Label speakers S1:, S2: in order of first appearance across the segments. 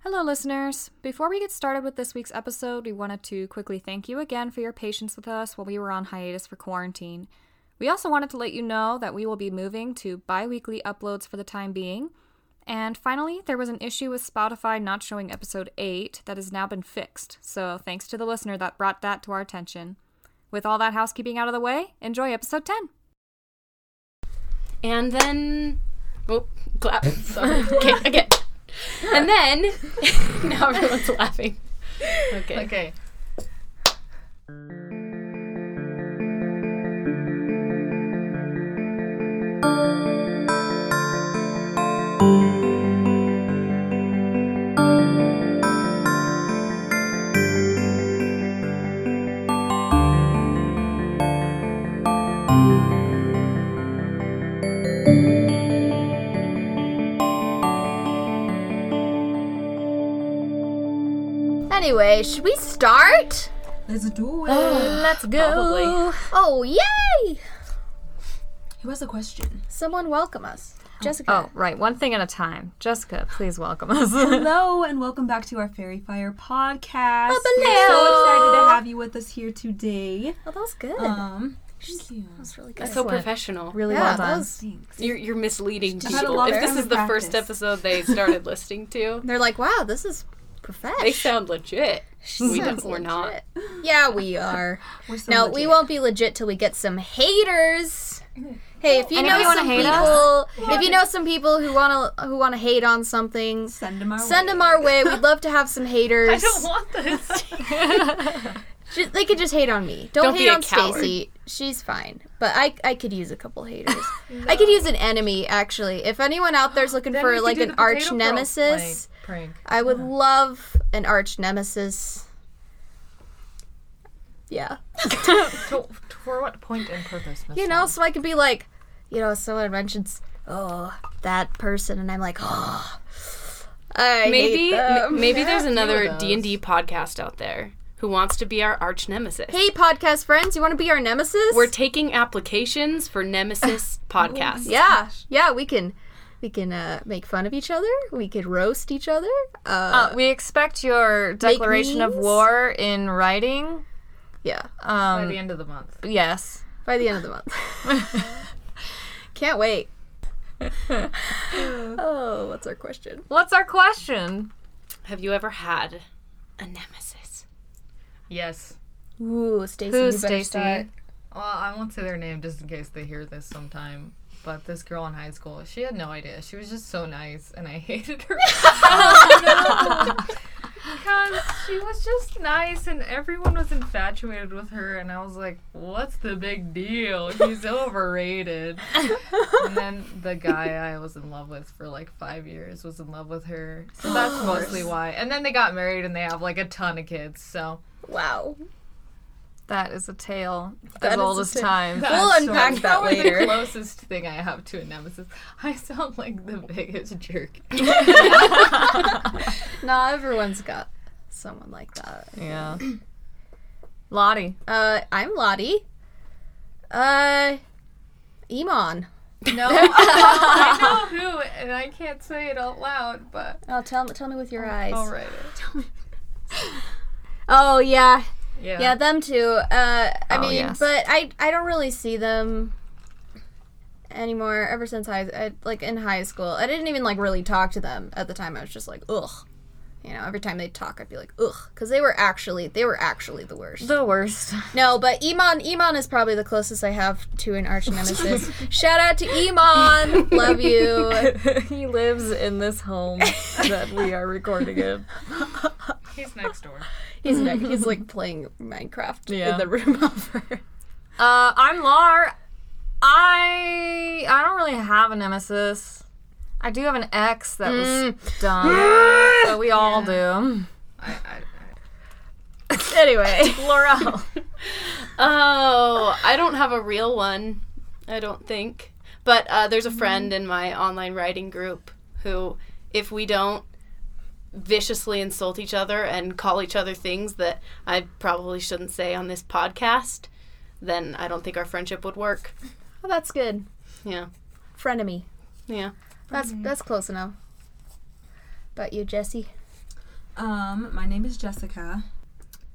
S1: Hello, listeners. Before we get started with this week's episode, we wanted to quickly thank you again for your patience with us while we were on hiatus for quarantine. We also wanted to let you know that we will be moving to bi weekly uploads for the time being. And finally, there was an issue with Spotify not showing episode 8 that has now been fixed, so thanks to the listener that brought that to our attention. With all that housekeeping out of the way, enjoy episode 10.
S2: And then, oh, clap. Sorry. okay, again. And then, now everyone's laughing. Okay.
S3: Okay.
S4: Anyway, should we start?
S3: Let's do it.
S1: Let's go.
S4: Oh, yay!
S3: Who has a question?
S4: Someone welcome us. Jessica.
S1: Oh, right. One thing at a time. Jessica, please welcome us.
S3: Hello, and welcome back to our Fairy Fire podcast. We're so
S4: Oh, Hello.
S3: excited to have you with us here today.
S4: Oh, that was good. that
S3: Um,
S4: was really good.
S2: That's so professional.
S1: really
S4: yeah,
S1: well
S4: that
S1: done.
S4: was,
S2: You're, you're misleading
S3: had a
S2: people.
S3: lot
S2: If
S3: of
S2: this
S3: time
S2: is
S3: to
S2: the
S3: practice.
S2: first episode they started listening to,
S4: they're like, wow, this is
S2: they
S4: profesh.
S2: sound legit. we don't, we're not.
S4: Yeah, we are.
S3: we're so
S4: no, we
S3: legit.
S4: won't be legit till we get some haters. Hey, if you
S1: And if
S4: know
S1: you wanna
S4: some
S1: hate
S4: people,
S1: us-
S4: if you know some people who wanna who wanna hate on something,
S3: send them our
S4: send
S3: way.
S4: them our way. We'd love to have some haters.
S2: I don't want this.
S4: Ju- they could just hate on me. Don't,
S2: Don't
S4: hate
S2: be a
S4: on
S2: coward.
S4: Stacy. She's fine, but I I could use a couple haters. I could use an enemy actually. If anyone out there's looking for like an arch nemesis,
S3: Prank.
S4: I would love an arch nemesis. Yeah,
S5: So, for what point and purpose? Miss
S4: you know, so I could be like, you know, someone mentions oh that person, and I'm like oh. I hate
S2: maybe
S4: them."
S2: m- maybe there's
S5: few
S2: another
S5: of those.
S2: D&D podcast out there who wants to be our arch nemesis.
S4: Hey, podcast friends, you want to be our nemesis?
S2: We're taking applications for Nemesis podcasts.
S4: Yeah, yeah, we can, we can uh, make fun of each other. We could roast each other. Uh,
S1: Uh, we expect your declaration of
S4: memes?
S1: war in writing.
S4: yeah, uh,
S5: By the
S1: Um,
S5: end of the month.
S1: yes.
S4: by the end of the month. Can't wait. oh, what's our question?
S1: What's our question?
S2: Have you ever had a nemesis?
S5: Yes.
S4: Ooh, Stacy.
S1: Who's
S4: you better
S1: Stacy?
S4: start.
S5: Well, I won't say their name just in case they hear this sometime. But this girl in high school, she had no idea. She was just so nice, and I hated her. Because she was just nice, and everyone was infatuated with her, and I was like, "What's the big deal? He's overrated." and then the guy I was in love with for like five years was in love with her, so that's mostly why. And then they got married, and they have like a ton of kids. So
S4: Wow.
S1: That is a tale
S4: That
S1: as
S4: is
S1: old
S4: a
S1: as
S4: tale.
S1: time.
S4: We'll
S5: That's
S4: unpack
S5: right.
S4: that
S5: was
S4: later.
S5: The closest thing I have to a nemesis. I sound like the biggest jerk.
S4: Nah, everyone's got someone like that.
S1: Yeah. Lottie.
S4: Uh, I'm Lottie. Uh, Iman.
S5: No, I know who, and I can't say it out loud, but
S4: Oh, tell tell me with your eyes.
S5: I'll write it.
S4: Oh yeah,
S5: Yeah.
S4: Yeah, them too. Uh, I
S1: Oh,
S4: mean,
S1: yes.
S4: but I I don't really see them anymore. Ever since high, I, like in high school, I didn't even like really talk to them at the time. I was just like, ugh. You know, every time they would talk, I'd be like, ugh, because they were actually they were actually the worst.
S1: The worst.
S4: No, but Iman Iman is probably the closest I have to an arch nemesis. Shout out to Iman, love you.
S1: he lives in this home that we are recording in.
S5: He's next door.
S4: He's ne- he's like playing Minecraft
S1: Yeah.
S4: in the room over.
S1: Uh, I'm Lar. I I don't really have a nemesis. I do have an ex that was
S5: Mm.
S1: dumb. so we all do.
S5: I, I, I,
S4: Anyway,
S1: Laurel.
S2: Oh, I don't have a real one. I don't think. But uh, there's a
S3: Mm-hmm.
S2: friend in my online writing group who, if we don't viciously insult each other and call each other things that I probably shouldn't say on this podcast, then I don't think our friendship would work.
S4: well, that's good.
S2: Yeah.
S4: Frenemy.
S2: Yeah.
S4: That's that's close enough. But you, Jesse.
S3: Um, my name is Jessica.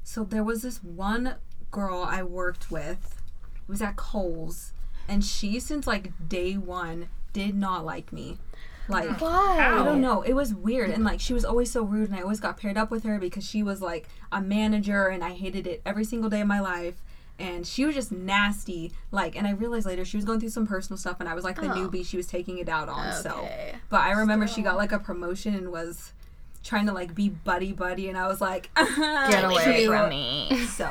S3: So there was this one girl I worked with. It was at Kohl's, and she since like day one did not like me. Like I
S5: Ow.
S4: Why?
S3: don't know. It was weird, and like she was always so rude, and I always got paired up with her because she was like a manager, and I hated it every single day of my life. And she was just nasty, like. And I realized later she was going through some personal stuff, and I was like the
S4: Oh.
S3: newbie she was taking it out on. So,
S4: Okay.
S3: but I remember she got like a promotion and was trying to like be buddy buddy, and I was like,
S1: Get away
S3: cute.
S1: from me.
S3: So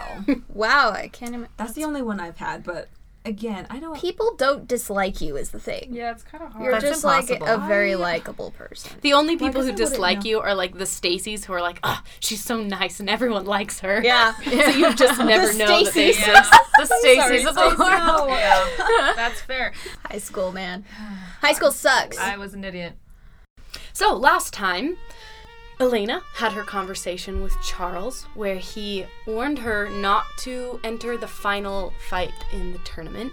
S4: Wow, I can't imagine.
S3: that's the only one I've had, but again, I don't.
S4: People don't dislike you is the thing.
S5: Yeah, it's kind of hard.
S4: You're
S1: That's
S4: just like
S1: impossible.
S4: a very
S3: I-
S4: likable person.
S2: The only people
S3: guess I
S2: who
S3: wouldn't
S2: dislike
S3: know.
S2: you are like the Stacys who are like, oh, she's so nice and everyone likes her.
S4: Yeah.
S2: So you just never
S4: The
S2: know that they
S4: Stacys.
S2: exist. The
S4: sorry,
S2: Stacys of the
S4: Stacey.
S2: world.
S5: yeah, that's fair.
S4: High school, man. High school sucks.
S5: I was an idiot.
S2: So last time, Elena had her conversation with Charles where he warned her not to enter the final fight in the tournament.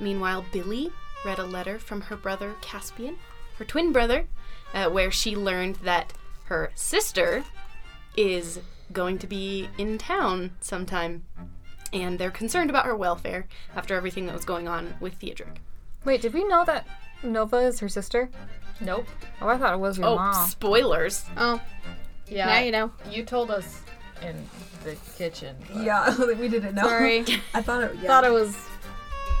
S2: Meanwhile, Billy read a letter from her brother Caspian, her twin brother, uh, where she learned that her sister is going to be in town sometime. And they're concerned about her welfare after everything that was going on with Theodric.
S1: Wait, did we know that Nova is her sister?
S5: Nope.
S1: Oh, I thought it was your
S2: Oh,
S1: mom.
S2: spoilers.
S4: oh,
S5: Yeah.
S4: now you know.
S5: You told us in the kitchen. but-
S3: Yeah, we didn't know.
S4: Sorry.
S3: I thought it. Yeah.
S4: Thought it was.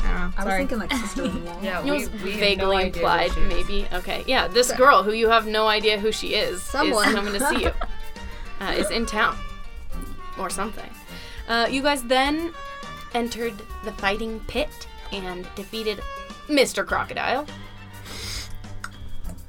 S4: I don't know.
S3: I was
S4: Sorry.
S3: thinking like sister-in-law.
S5: Yeah,
S2: It
S5: we,
S2: was
S5: we had no
S2: vaguely
S5: idea who
S2: implied,
S5: she is.
S2: maybe. Okay, yeah. This girl who you have no idea who she is
S4: Someone.
S2: is coming to see you. Uh, is in town or something. Uh, you guys then entered the fighting pit and defeated Mr. Crocodile.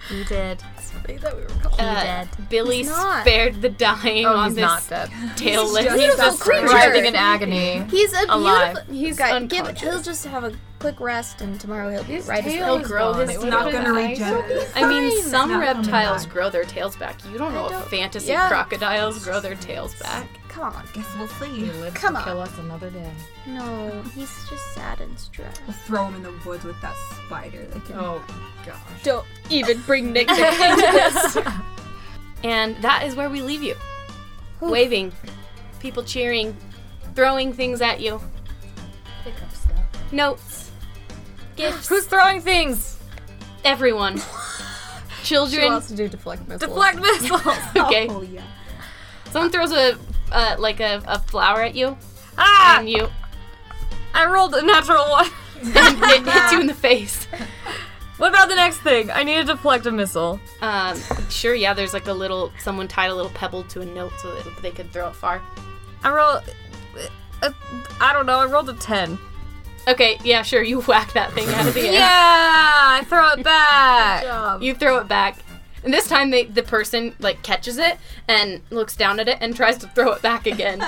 S1: He did.
S4: Somebody that we were calling.
S2: Uh,
S1: dead.
S2: Billy
S4: He's not.
S2: spared the dying
S1: Oh,
S2: on
S1: he's
S2: this
S1: not dead.
S2: tailless.
S3: just He's
S4: just creature.
S1: Writhing in agony.
S4: He's a
S1: Alive.
S4: beautiful. He's
S2: He's
S4: got. Give,
S2: unconscious.
S4: he'll just have a quick rest, and tomorrow he'll be
S5: His
S4: right as
S5: tail
S2: He'll
S5: is
S2: grow
S5: gone.
S2: his
S5: It would've
S2: tail
S5: been
S3: gonna
S5: nice.
S3: regenerate.
S2: I mean,
S4: Fine.
S2: some
S3: Not coming
S2: reptiles
S3: back.
S2: grow their tails back. You don't know if
S4: don't-
S2: fantasy
S4: Yeah.
S2: crocodiles grow their tails back.
S4: Come on.
S3: Guess we'll see.
S5: He lives
S4: Come
S5: to
S4: on.
S5: kill us another day.
S4: No, he's just sad and stressed.
S3: We'll throw him in the woods with that spider. That can...
S5: Oh gosh.
S4: Don't even bring Nick Nick into this.
S2: And that is where we leave you. Waving, people cheering, throwing things at you,
S5: Pick up stuff.
S2: notes, gifts,
S1: Who's throwing things?
S2: everyone.
S4: She
S2: Children.
S4: wants to do deflect missiles.
S1: Deflect missiles.
S2: Okay.
S3: Oh yeah.
S2: Someone throws a uh, like a, a flower at you,
S1: ah!
S2: and you
S1: I rolled a natural one.
S2: and
S5: Ah.
S2: it hits you in the face.
S1: What about the next thing? I need to deflect a missile.
S2: Um, sure, yeah. There's like a little someone tied a little pebble to a note so that they could throw it far.
S1: I roll. A, I don't know. I rolled a ten.
S2: Okay, yeah, sure. You whack that thing out of the air.
S1: Yeah, I throw it back.
S4: Um,
S2: You throw it back. And this time they, the person like catches it and looks down at it and tries to throw it back again.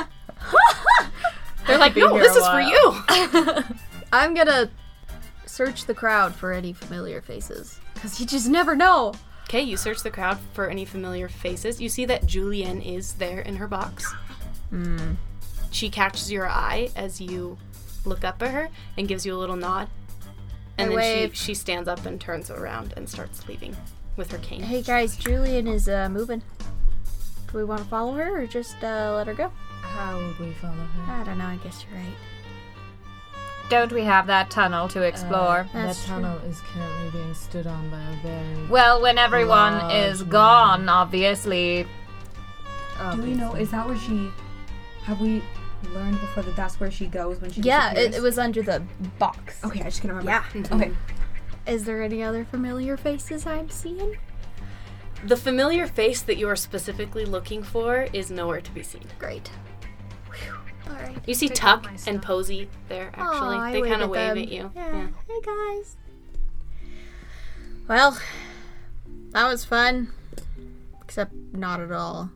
S2: They're like, no,
S1: here
S2: this
S1: a
S2: is for
S1: while."
S2: you.
S4: I'm gonna search the crowd for any familiar faces because you just never know.
S2: Okay, you search the crowd for any familiar faces. You see that Julianne is there in her box.
S4: Hmm.
S2: She catches your eye as you look up at her and gives you a little nod. And
S4: I
S2: then
S4: wave.
S2: she, she stands up and turns around and starts leaving with her cane.
S4: Hey guys, Julian is uh, moving. Do we want to follow her or just uh, let her go?
S5: How would we follow her?
S4: I don't know. I guess you're right.
S1: Don't we have that tunnel to
S3: Uh,
S1: explore?
S4: That's
S5: that
S4: true.
S5: tunnel is currently being stood on by a very.
S1: well, when everyone
S5: Love
S1: is
S5: me.
S1: gone, obviously.
S3: Do we know? Is that where she? Have we learned before that that's where she goes when she?
S4: Yeah, it, Oh.
S3: disappears?
S4: it was under the box.
S3: Okay, I just can't remember.
S4: Yeah.
S3: Okay.
S4: Is there any other familiar faces I'm seeing?
S2: The familiar face that you are specifically looking for is nowhere to be seen.
S4: Great. All right.
S2: You see
S5: up
S2: Tuck
S5: my
S2: and
S5: stuff.
S2: Posey there, actually. they kind of wave at you.
S4: Yeah.
S2: Yeah.
S4: Hey guys. Well, that was fun. Except not at all.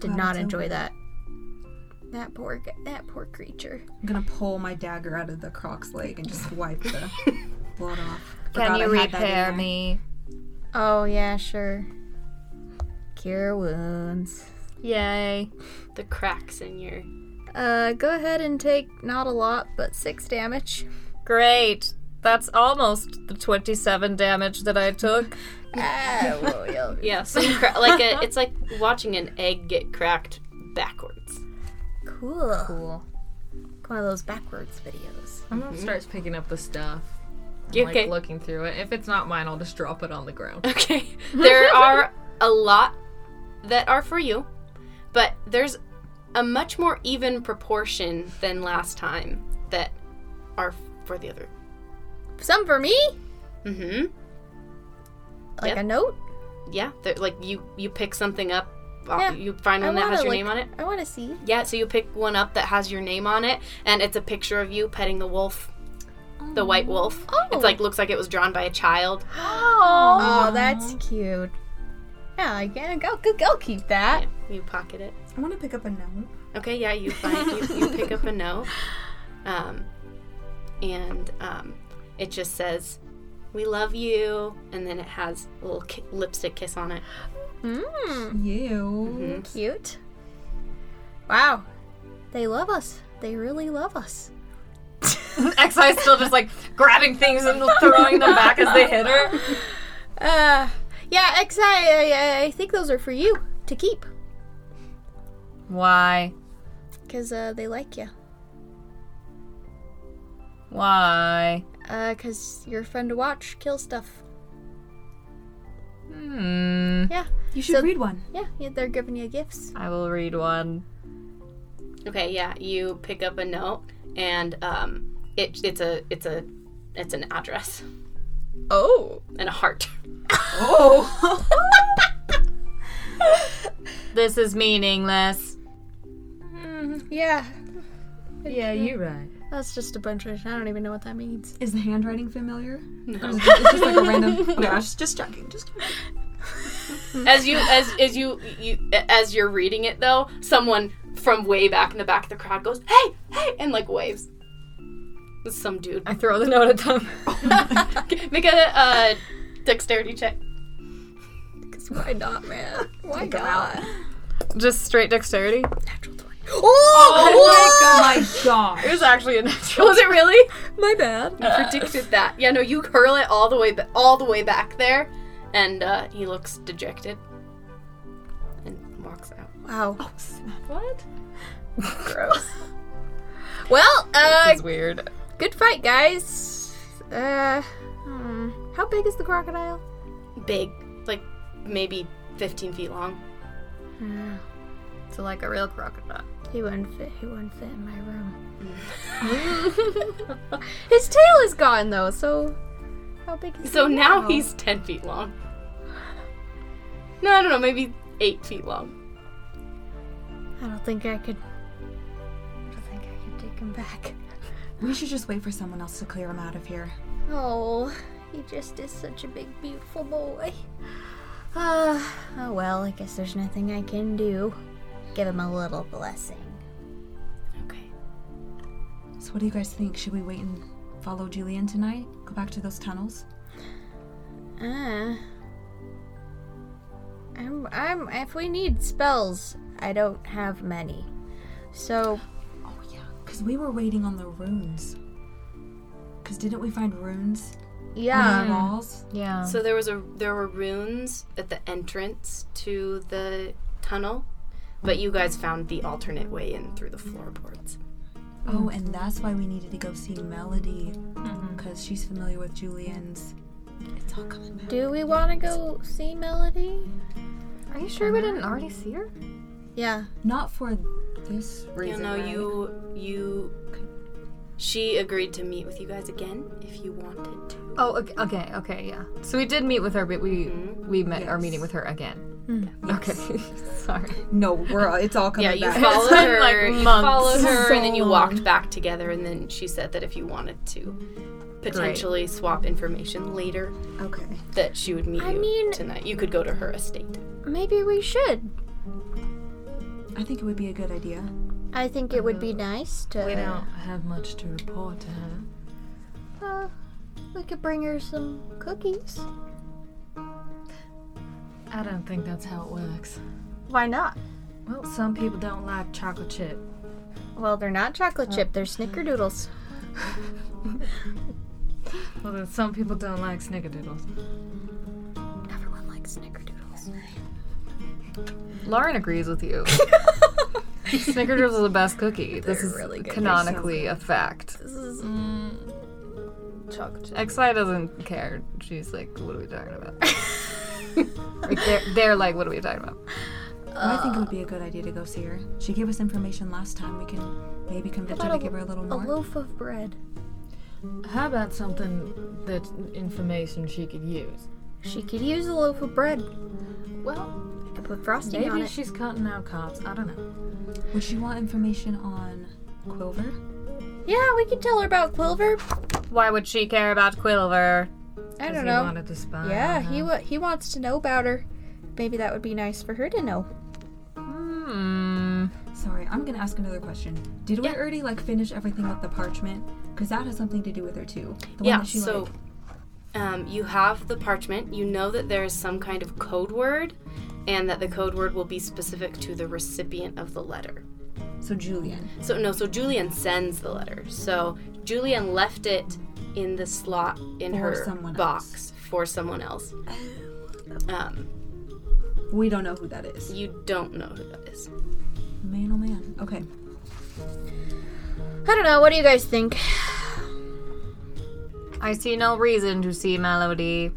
S4: Did
S3: Glad
S4: not
S3: it's
S4: enjoy that. That poor g- that poor creature.
S3: I'm gonna pull my dagger out of the croc's leg and just wipe the blood off.
S1: Can
S3: Forgot
S1: you
S3: I had that in
S1: repair
S3: there.
S1: me?
S4: Oh yeah, sure. Cure wounds.
S1: Yay.
S2: The cracks in your.
S4: Uh, go ahead and take not a lot, but six damage.
S1: Great. That's almost the 27 damage that I took.
S4: ah, whoa, yo.
S2: Yeah, some cra- like a, it's like watching an egg get cracked backwards.
S4: Cool.
S5: Cool.
S4: Like One of those backwards videos.
S5: I'm gonna start picking up the stuff. and,
S2: You
S5: Like
S2: okay?
S5: looking through it. If it's not mine, I'll just drop it on the ground.
S2: Okay. There are a lot that are for you, but there's a much more even proportion than last time that are for the other.
S4: Some for me,
S2: Mm-hmm.
S4: like
S2: Yep.
S4: a note.
S2: Yeah, they're- like you you pick something up, uh,
S4: Yeah,
S2: you find
S4: I
S2: one that
S4: wanna,
S2: has your
S4: like-
S2: name on it.
S4: I want to see.
S2: Yeah, so you pick one up that has your name on it, and it's a picture of you petting the wolf, the white wolf.
S4: Oh.
S2: It's like looks like it was drawn by a child.
S4: Oh, that's cute. Yeah, I can go, go, go keep that.
S2: Yeah, you pocket it.
S3: I want to pick up a note.
S2: Okay, yeah, you find you, you pick up a note, um, and um, it just says, "We love you," and then it has a little ki- lipstick kiss on it.
S4: Mmm,
S3: You.
S4: cute. Wow, they love us. They really love us.
S5: Exi's still just like grabbing things and throwing them back as they hit her.
S4: Uh, yeah, Xi, I, I, I think those are for you to keep
S5: Why?
S4: because uh, they like you.
S5: Why?
S4: Uh, because you're fun to watch kill stuff.
S5: Hmm.
S4: Yeah,
S3: You should
S4: So-
S3: read one.
S4: yeah, yeah they're giving you gifts.
S5: I will read one.
S2: Okay, yeah, you pick up a note, and um, it, it's a it's a it's an address
S4: Oh.
S2: and a heart.
S3: Oh.
S5: This is meaningless. Mm-hmm.
S4: Yeah,
S5: Yeah, you're right.
S4: that's just a bunch of. I don't even know what that means.
S3: Is the handwriting familiar?
S2: No.
S3: It's just like a random. Okay, I was just checking. Just checking.
S2: as you as as you you as you're reading it though, someone from way back in the back of the crowd goes, "Hey, hey!" and like waves. It's some dude.
S5: I throw the note at them.
S2: Make a uh, dexterity check.
S4: Cause why not, man? Why
S3: Go
S4: not?
S3: out.
S5: Just straight dexterity.
S4: Natural twenty. Oh,
S3: my god.
S5: It was actually a natural.
S2: Was it really?
S4: my bad.
S2: I predicted that. Yeah, no, you curl it all the way ba- all the way back there, and uh, he looks dejected and walks out.
S4: Wow.
S5: What?
S4: Oh, Gross. well, uh,
S5: That's weird.
S4: good fight, guys. Uh, hmm. how big is the crocodile?
S2: Big, like maybe 15 feet long.
S4: So Hmm. like a real crocodile. He wouldn't fit. He wouldn't fit in my room. His tail is gone though. So how big is?
S2: So
S4: he
S2: now he's 10 feet long. No, I don't know, maybe eight feet long.
S4: I don't think I could. I don't think I could take him back.
S3: We should just wait for someone else to clear him out of here.
S4: Oh, he just is such a big, beautiful boy. Uh, oh well, I guess there's nothing I can do. Give him a little blessing.
S2: Okay.
S3: So, what do you guys think? Should we wait and follow Julian tonight? Go back to those tunnels?
S4: Uh, I'm, I'm, if we need spells, I don't have many. So,
S3: Oh, yeah. Because we were waiting on the runes. Because didn't we find runes on the
S4: yeah.
S3: walls?
S5: Yeah.
S2: So there was a there were runes at the entrance to the tunnel, but you guys found the alternate way in through the floorboards.
S3: Oh, and that's why we needed to go see Melody. Because she's familiar with Julian's. It's all coming back.
S4: Do we want to go see Melody?
S5: Are you sure we didn't already see her?
S4: Yeah.
S3: Not for this
S2: You
S3: reason.
S2: know,
S3: right?
S2: you you she agreed to meet with you guys again if you wanted to.
S5: Oh, okay, okay, okay, yeah. So we did meet with her, but we we met our meeting with her again. Okay, sorry.
S3: No, we're all, it's all coming
S2: Yeah, you
S3: back.
S2: followed
S5: been,
S2: her.
S5: like,
S2: you
S5: months.
S2: followed her,
S3: So
S2: and then you walked back together. And then she said that if you wanted to potentially swap information later,
S3: okay.
S2: that she would meet
S4: I
S2: you
S4: mean-
S2: tonight. You could go to her estate.
S4: Maybe we should.
S3: I think it would be a good idea.
S4: I think it would be nice to.
S5: We don't have much to report to her.
S4: Uh, we could bring her some cookies.
S5: I don't think that's how it works.
S4: Why not?
S5: Well, some people don't like chocolate chip.
S4: Well, they're not chocolate chip, they're snickerdoodles.
S5: Well, then some people don't like snickerdoodles.
S4: Never Snickerdoodles.
S5: Lauren agrees with you. Snickerdoodles are the best cookie. this
S4: They're
S5: is
S4: really good.
S5: canonically a fact.
S4: this is
S5: mm,
S2: Chocolate chip.
S5: XI doesn't care. She's like, what are we talking about? like they're, they're like, what are we talking about?
S3: I think it would be a good idea to go see her. She gave us information last time. We can maybe convince her to give her a little
S4: a
S3: more.
S4: loaf of bread.
S5: How about something that information she could use?
S4: She could use a loaf of bread.
S5: Well,
S4: I could put frosting on
S5: maybe
S4: it.
S5: she's cutting out cops. I don't know.
S3: Would she want information on Quilver?
S4: Yeah, we could tell her about Quilver.
S1: Why would she care about Quilver?
S4: I
S5: 'Cause
S4: don't
S5: he
S4: know.
S5: wanted to spy
S4: Yeah,
S5: on her.
S4: he wa- he wants to know about her. Maybe that would be nice for her to know.
S1: Hmm.
S3: Sorry, I'm gonna ask another question. Did we already like finish everything with the parchment? Because that has something to do with her too. The
S2: Yeah,
S3: One that she,
S2: so
S3: like,
S2: um, you have the parchment. You know that there is some kind of code word, and that the code word will be specific to the recipient of the letter.
S3: so Julian.
S2: So, no, so Julian sends the letter. So, Julian left it in the slot in
S3: For
S2: her
S3: someone
S2: box for someone else. Um,
S3: We don't know who that is.
S2: you don't know who that is.
S3: Man, oh man. Okay.
S4: I don't know. What do you guys think?
S1: I see no reason to see Melody.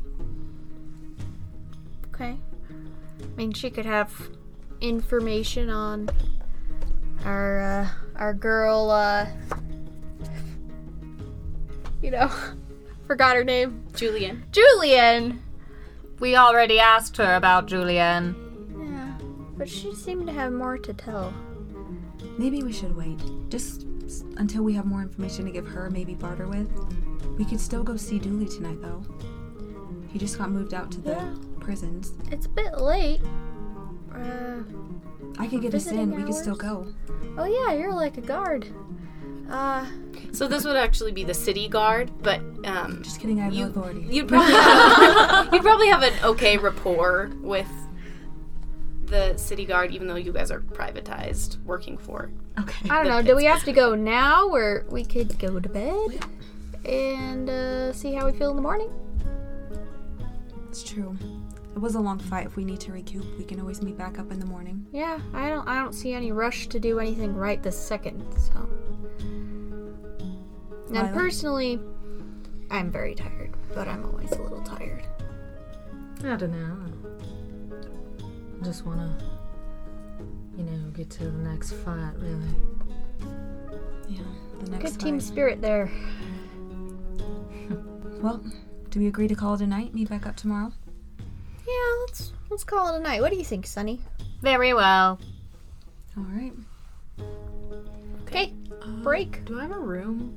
S4: Okay. I mean, she could have information on our uh, our girl. Uh, you know, forgot her name.
S2: Julian.
S4: Julian.
S1: We already asked her about Julian.
S4: Yeah, but she seemed to have more to tell.
S3: Maybe we should wait. Just s- until we have more information to give her, maybe barter with. We could still go see Dooley tonight, though. He just got moved out to the
S4: Yeah.
S3: prisons.
S4: It's a bit late. Uh,
S3: I could get us in.
S4: Visiting
S3: We could still
S4: hours?
S3: go.
S4: oh yeah, you're like a guard. Uh,
S2: So, this would actually be the city guard, but um,
S3: Just kidding. I have
S2: You-
S3: no authority.
S2: you'd probably have, you'd probably have an okay rapport with the city guard, even though you guys are privatized, working for.
S3: Okay.
S4: I don't know. Do we have to go now, or we could go to bed and uh, see how we feel in the morning?
S3: It's true. It was a long fight. If we need to recoup, we can always meet back up in the morning.
S4: Yeah, I don't. I don't see any rush to do anything right this second. So,
S3: Lila?
S4: and personally, I'm very tired, but I'm always a little tired.
S5: I don't know. Just wanna, you know, get to the next fight, really.
S3: Yeah. The next
S4: Good team
S3: fight.
S4: spirit there.
S3: Well, do we agree to call it a night? Meet back up tomorrow?
S4: Yeah, let's let's call it a night. What do you think, Sunny?
S1: Very well.
S3: All right.
S4: Okay, break.
S5: Do I have a room?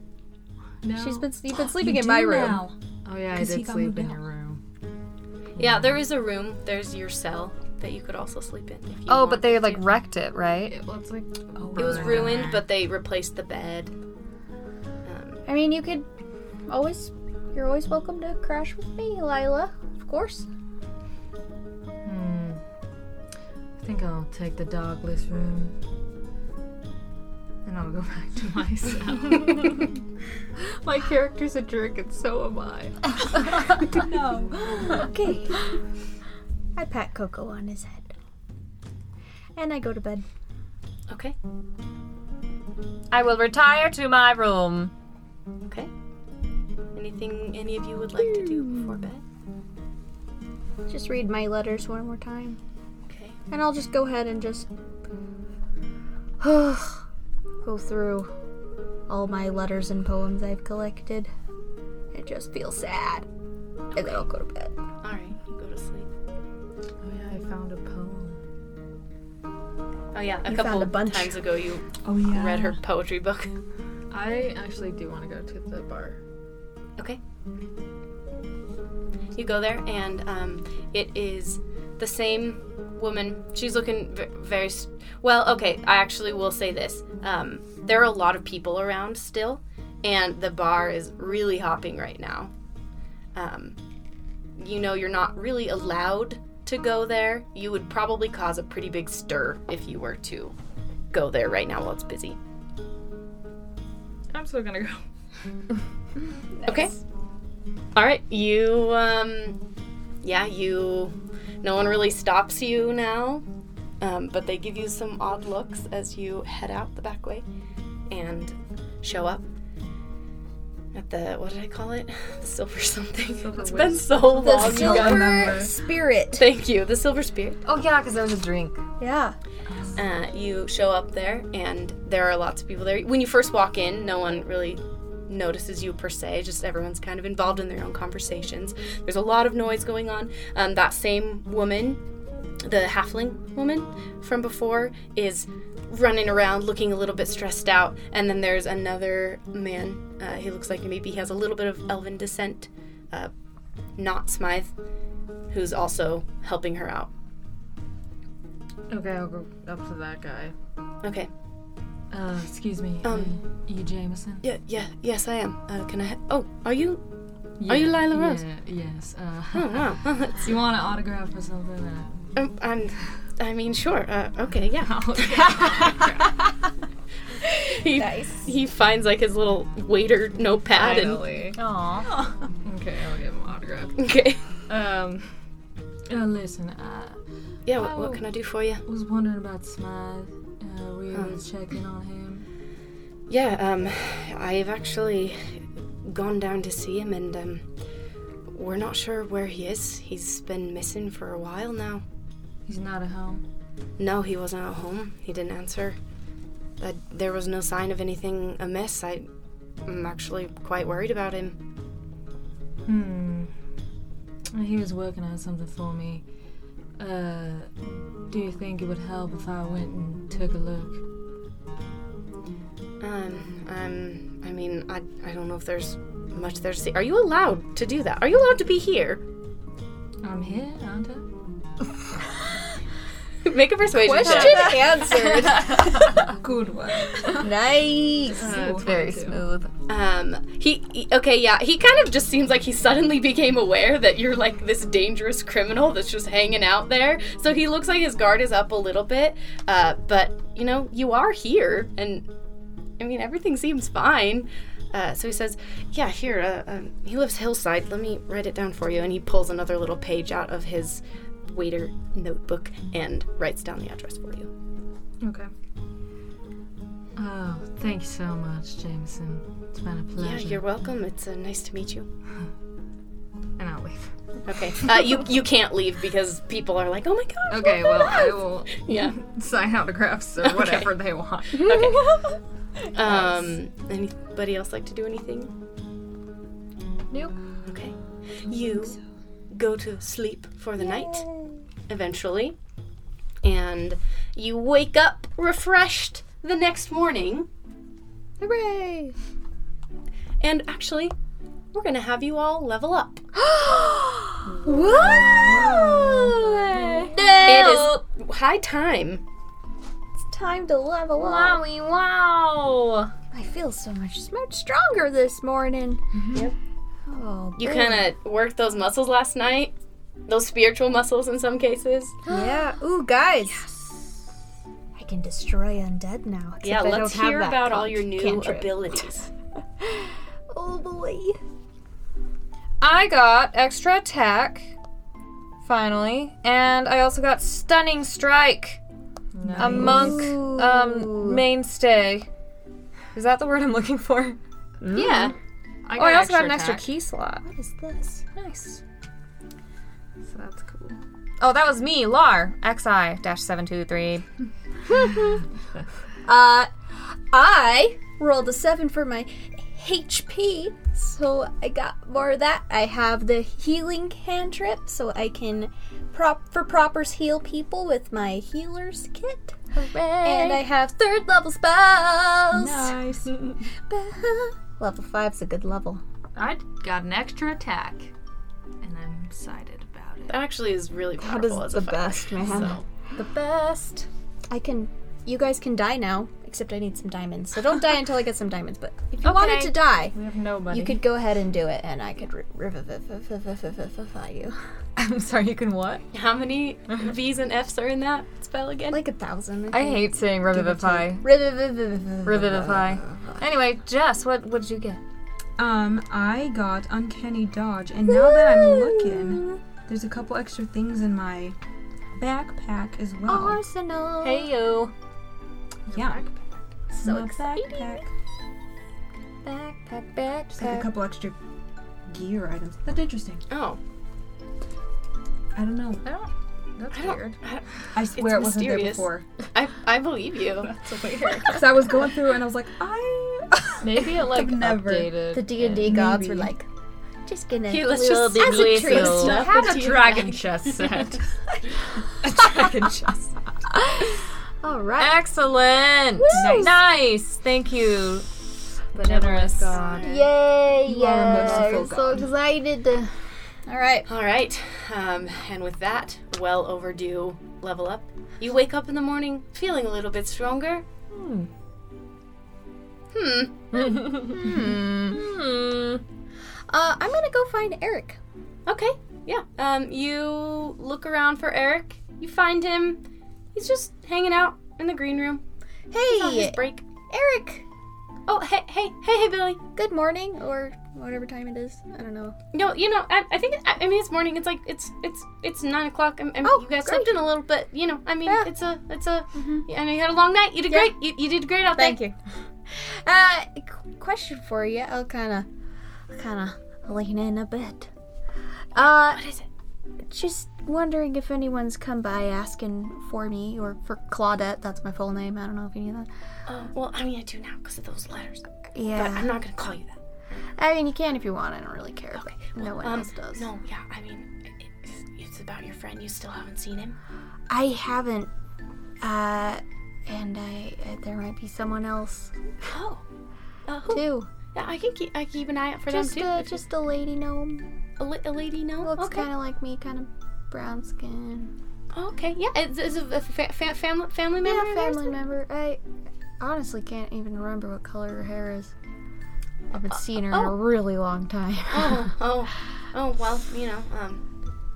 S5: No.
S4: She's been you've been sleeping
S3: You
S4: in
S3: do
S4: my room.
S3: now.
S5: Oh yeah, I
S3: 'Cause he
S5: did
S3: got
S5: sleep
S3: moved
S5: in
S3: out.
S5: your room.
S2: Yeah, there is a room. There's your cell that you could also sleep in. If you
S1: Oh, but
S2: want
S1: they
S2: to.
S1: like wrecked it, right?
S5: It looks like
S3: Oh,
S2: It was
S3: right.
S2: ruined, but they replaced the bed. Um,
S4: I mean, you could always. You're always welcome to crash with me, Lila. Of course.
S5: Hmm. I think I'll take the dogless room. And I'll go back to my cell. my character's a jerk, and so am I.
S4: Okay. I pat Coco on his head, and I go to bed.
S2: okay,
S1: I will retire to my room.
S2: okay. Anything any of you would like to do before bed?
S4: Just read my letters one more time.
S2: Okay.
S4: And I'll just go ahead and just go through all my letters and poems I've collected and just feel sad. And then I'll go to bed.
S2: All right, you go to sleep.
S5: Oh yeah, I found a poem.
S2: Oh yeah, a
S4: You
S2: couple
S4: found a bunch.
S2: times ago you
S3: Oh, yeah.
S2: read her poetry book.
S5: I actually do want to go to the bar.
S2: Okay. You go there, and um, it is the same woman. She's looking ve- very s- well. Okay, I actually will say this: um, there are a lot of people around still, and the bar is really hopping right now. Um, you know, you're not really allowed to go there. You would probably cause a pretty big stir if you were to go there right now while it's busy.
S5: I'm still gonna go.
S2: Okay. All right, you um yeah, you No one really stops you now, um, but they give you some odd looks as you head out the back way and show up at the what did I call it? The silver something. it's been so long.
S4: The
S2: you guys.
S4: silver spirit.
S2: Thank you. The silver spear.
S5: Oh yeah, because there was a drink.
S4: Yeah.
S2: Uh, you show up there, and there are lots of people there. When you first walk in, no one really notices you per se. Just everyone's kind of involved in their own conversations. There's a lot of noise going on. Um, that same woman, the halfling woman from before, is running around looking a little bit stressed out. And then there's another man. Uh, he looks like maybe he has a little bit of elven descent. Uh, not Smythe, who's also helping her out.
S5: Okay, I'll go up to that guy.
S2: Okay.
S5: Uh, excuse me.
S2: Um,
S5: are you Jameson?
S2: Yeah, yeah, yes, I am. Uh, can I? Ha- oh, are you? Are you Lila Rose?
S5: Yeah, yes.
S2: Oh,
S5: Uh,
S2: wow.
S5: do you want an autograph or something? Uh,
S2: um, I'm. I mean, sure. Uh, okay, yeah. He,
S4: Nice.
S2: he finds like his little waiter notepad
S5: Finally.
S1: Aw.
S5: Okay, I'll give him an autograph.
S2: and okay.
S5: Um, uh, listen, I
S2: Yeah, what,
S5: Oh.
S2: what can I do for you?
S5: was wondering about Smythe. Uh, we were checking on him.
S2: Yeah, um, I've actually gone down to see him, and um, we're not sure where he is. He's been missing for a while now.
S5: He's not at home.
S2: No, he wasn't at home. He didn't answer. Uh, there was no sign of anything amiss. I, I'm actually quite worried about him.
S5: Hmm. He was working on something for me. Uh, do you think it would help if I went and took a look?
S2: Um, um, I mean, I, I don't know if there's much there to see. Are you allowed to do that? Are you allowed to be here?
S5: I'm here, aren't I?
S2: Make a persuasion
S4: Question
S2: check.
S4: answered.
S3: Good one.
S4: nice.
S5: it's very smooth.
S2: Um, he, he- okay, yeah, he kind of just seems like he suddenly became aware that you're like this dangerous criminal that's just hanging out there. So he looks like his guard is up a little bit, uh, but you know, you are here, and I mean, everything seems fine. Uh, so he says, "Yeah, here. Uh, um, he lives hillside. Let me write it down for you." And he pulls another little page out of his waiter notebook and writes down the address for you.
S5: Okay. Oh, thank you so much, Jameson. It's been a
S2: Yeah,
S5: pleasure.
S2: you're welcome. It's uh, nice to meet you.
S5: and I'll leave.
S2: Okay. Uh, you you can't leave because people are like, "Oh my gosh."
S5: Okay, well, I will
S2: Yeah.
S5: sign autographs or whatever they want.
S2: Um, anybody else like to do anything?
S1: Nope.
S2: Okay. You go to sleep for the night eventually, and you wake up refreshed the next morning.
S4: Hooray.
S2: And actually, we're gonna have you all level up.
S4: Whoa!
S2: It is high time.
S4: It's time to level up.
S1: Wowie wow.
S4: I feel so much sm- stronger this morning.
S1: Mm-hmm.
S2: Yep.
S4: Oh,
S2: You
S4: boy.
S2: kind of worked those muscles last night, those spiritual muscles in some cases.
S4: Yeah. Ooh, guys. I can destroy undead now. except
S2: yeah,
S4: I
S2: let's
S4: don't have
S2: hear
S4: that
S2: about all
S4: con-
S2: your new
S4: cantrip.
S2: abilities.
S4: Oh boy.
S1: I got extra attack, finally, and I also got stunning strike. A monk um, mainstay. Is that the word I'm looking for?
S2: Yeah.
S5: I
S1: oh, Mm. I also got an extra key slot.
S4: What is this?
S1: Nice.
S5: So that's cool.
S1: Oh, that was me, Lar, XI-723.
S4: Uh, I rolled a seven for my HP, so I got more of that. I have the healing cantrip, so I can prop for propers heal people with my healer's kit. And I have third level spells.
S3: Nice.
S4: Level five's a good level.
S5: I got an extra attack, and I'm excited about it.
S2: That actually is really powerful as a fighter.
S4: man.
S2: So.
S4: The best. I can. You guys can die now, except I need some diamonds. So don't die until I get some diamonds. But if you wanted
S1: Okay.
S4: to die,
S1: We have nobody.
S4: you could go ahead and do it, and I could revivify you.
S1: I'm sorry, you can what?
S2: How many V's and F's are in that spell again?
S4: Like a thousand.
S1: I hate saying revivify. Revivify. Anyway, Jess, what what did you get?
S3: Um, I got uncanny dodge, and now that I'm looking, There's a couple extra things in my backpack
S4: Oh,
S3: as well.
S4: Arsenal.
S1: Hey yo.
S3: yeah,
S4: so
S3: my
S4: exciting.
S3: backpack.
S1: Backpack,
S3: Just like a
S1: backpack.
S3: couple extra gear items. That's interesting.
S2: Oh,
S3: I don't know.
S5: I don't. That's
S2: I don't-
S5: weird.
S3: I swear it wasn't there
S2: mysterious.
S3: before.
S2: I I believe you.
S5: That's weird.
S3: Because I was going through and I was like, I.
S5: Maybe it like
S3: never.
S5: updated.
S4: The D and D gods were
S3: Maybe.
S4: like, just gonna
S2: Here, let's
S4: we will
S2: just
S4: as a
S2: delete
S4: treat.
S2: this
S5: I
S2: stuff.
S5: had
S2: into
S5: a
S2: your
S5: dragon
S2: bag.
S5: chess set.
S1: All right.
S6: Excellent. Nice. Thank you.
S5: Oh
S6: Generous.
S4: Yay!
S3: Ah. You are a
S4: yeah,
S3: merciful
S4: I'm so
S3: god.
S4: excited. All right.
S2: All right, um, and with that, well overdue level up. You wake up in the morning feeling a little bit stronger. Hmm.
S4: Hmm. Uh, I'm gonna go find Eric.
S2: Okay. Yeah. Um, you look around for Eric. You find him. He's just hanging out in the green room on his
S4: Hey,
S2: break.
S4: Eric.
S2: Oh, hey, hey, hey, hey, Billy.
S4: Good morning, or whatever time it is. I don't know.
S2: No, you know, I, I think I, I mean it's morning. It's like it's it's it's nine o'clock. I, I mean,
S4: Oh,
S2: you guys
S4: great.
S2: slept in a little, but you know, I mean,
S4: Yeah. Mm-hmm.
S2: it's a it's a. I know you had a long night. You did
S4: Yeah.
S2: great. You, you did great out there.
S4: you. Uh, qu- question for you. I'll kind of, kind of lean in a bit. Uh,
S2: What is it?
S4: just wondering if anyone's come by asking for me or for Claudette. That's my full name. I don't know if you knew that.
S2: Oh, well, I mean, I do now because of those letters. But I'm
S4: Yeah.
S2: not gonna call you that.
S4: I mean, you can if you want. I don't really care. but no one
S2: Um,
S4: else does.
S2: No, yeah, I mean, it- it's, it's about your friend. You still haven't seen him.
S4: I haven't. Uh, and I uh, there might be someone else
S2: Oh. Uh, who?
S4: too.
S2: Yeah, I can keep I can keep an eye out for
S4: Just
S2: them too.
S4: a
S2: if you-
S4: just a lady gnome.
S2: a, li- a lady. No.
S4: Looks
S2: okay.
S4: kind of like me, kind of brown skin.
S2: Okay. Yeah. Is, is a, a fa- fa- family family member?
S4: Yeah,
S2: of yours?
S4: family member. I honestly can't even remember what color her hair is. I haven't seen her in a really long time.
S2: Uh, oh, oh, oh. Well, you know, um,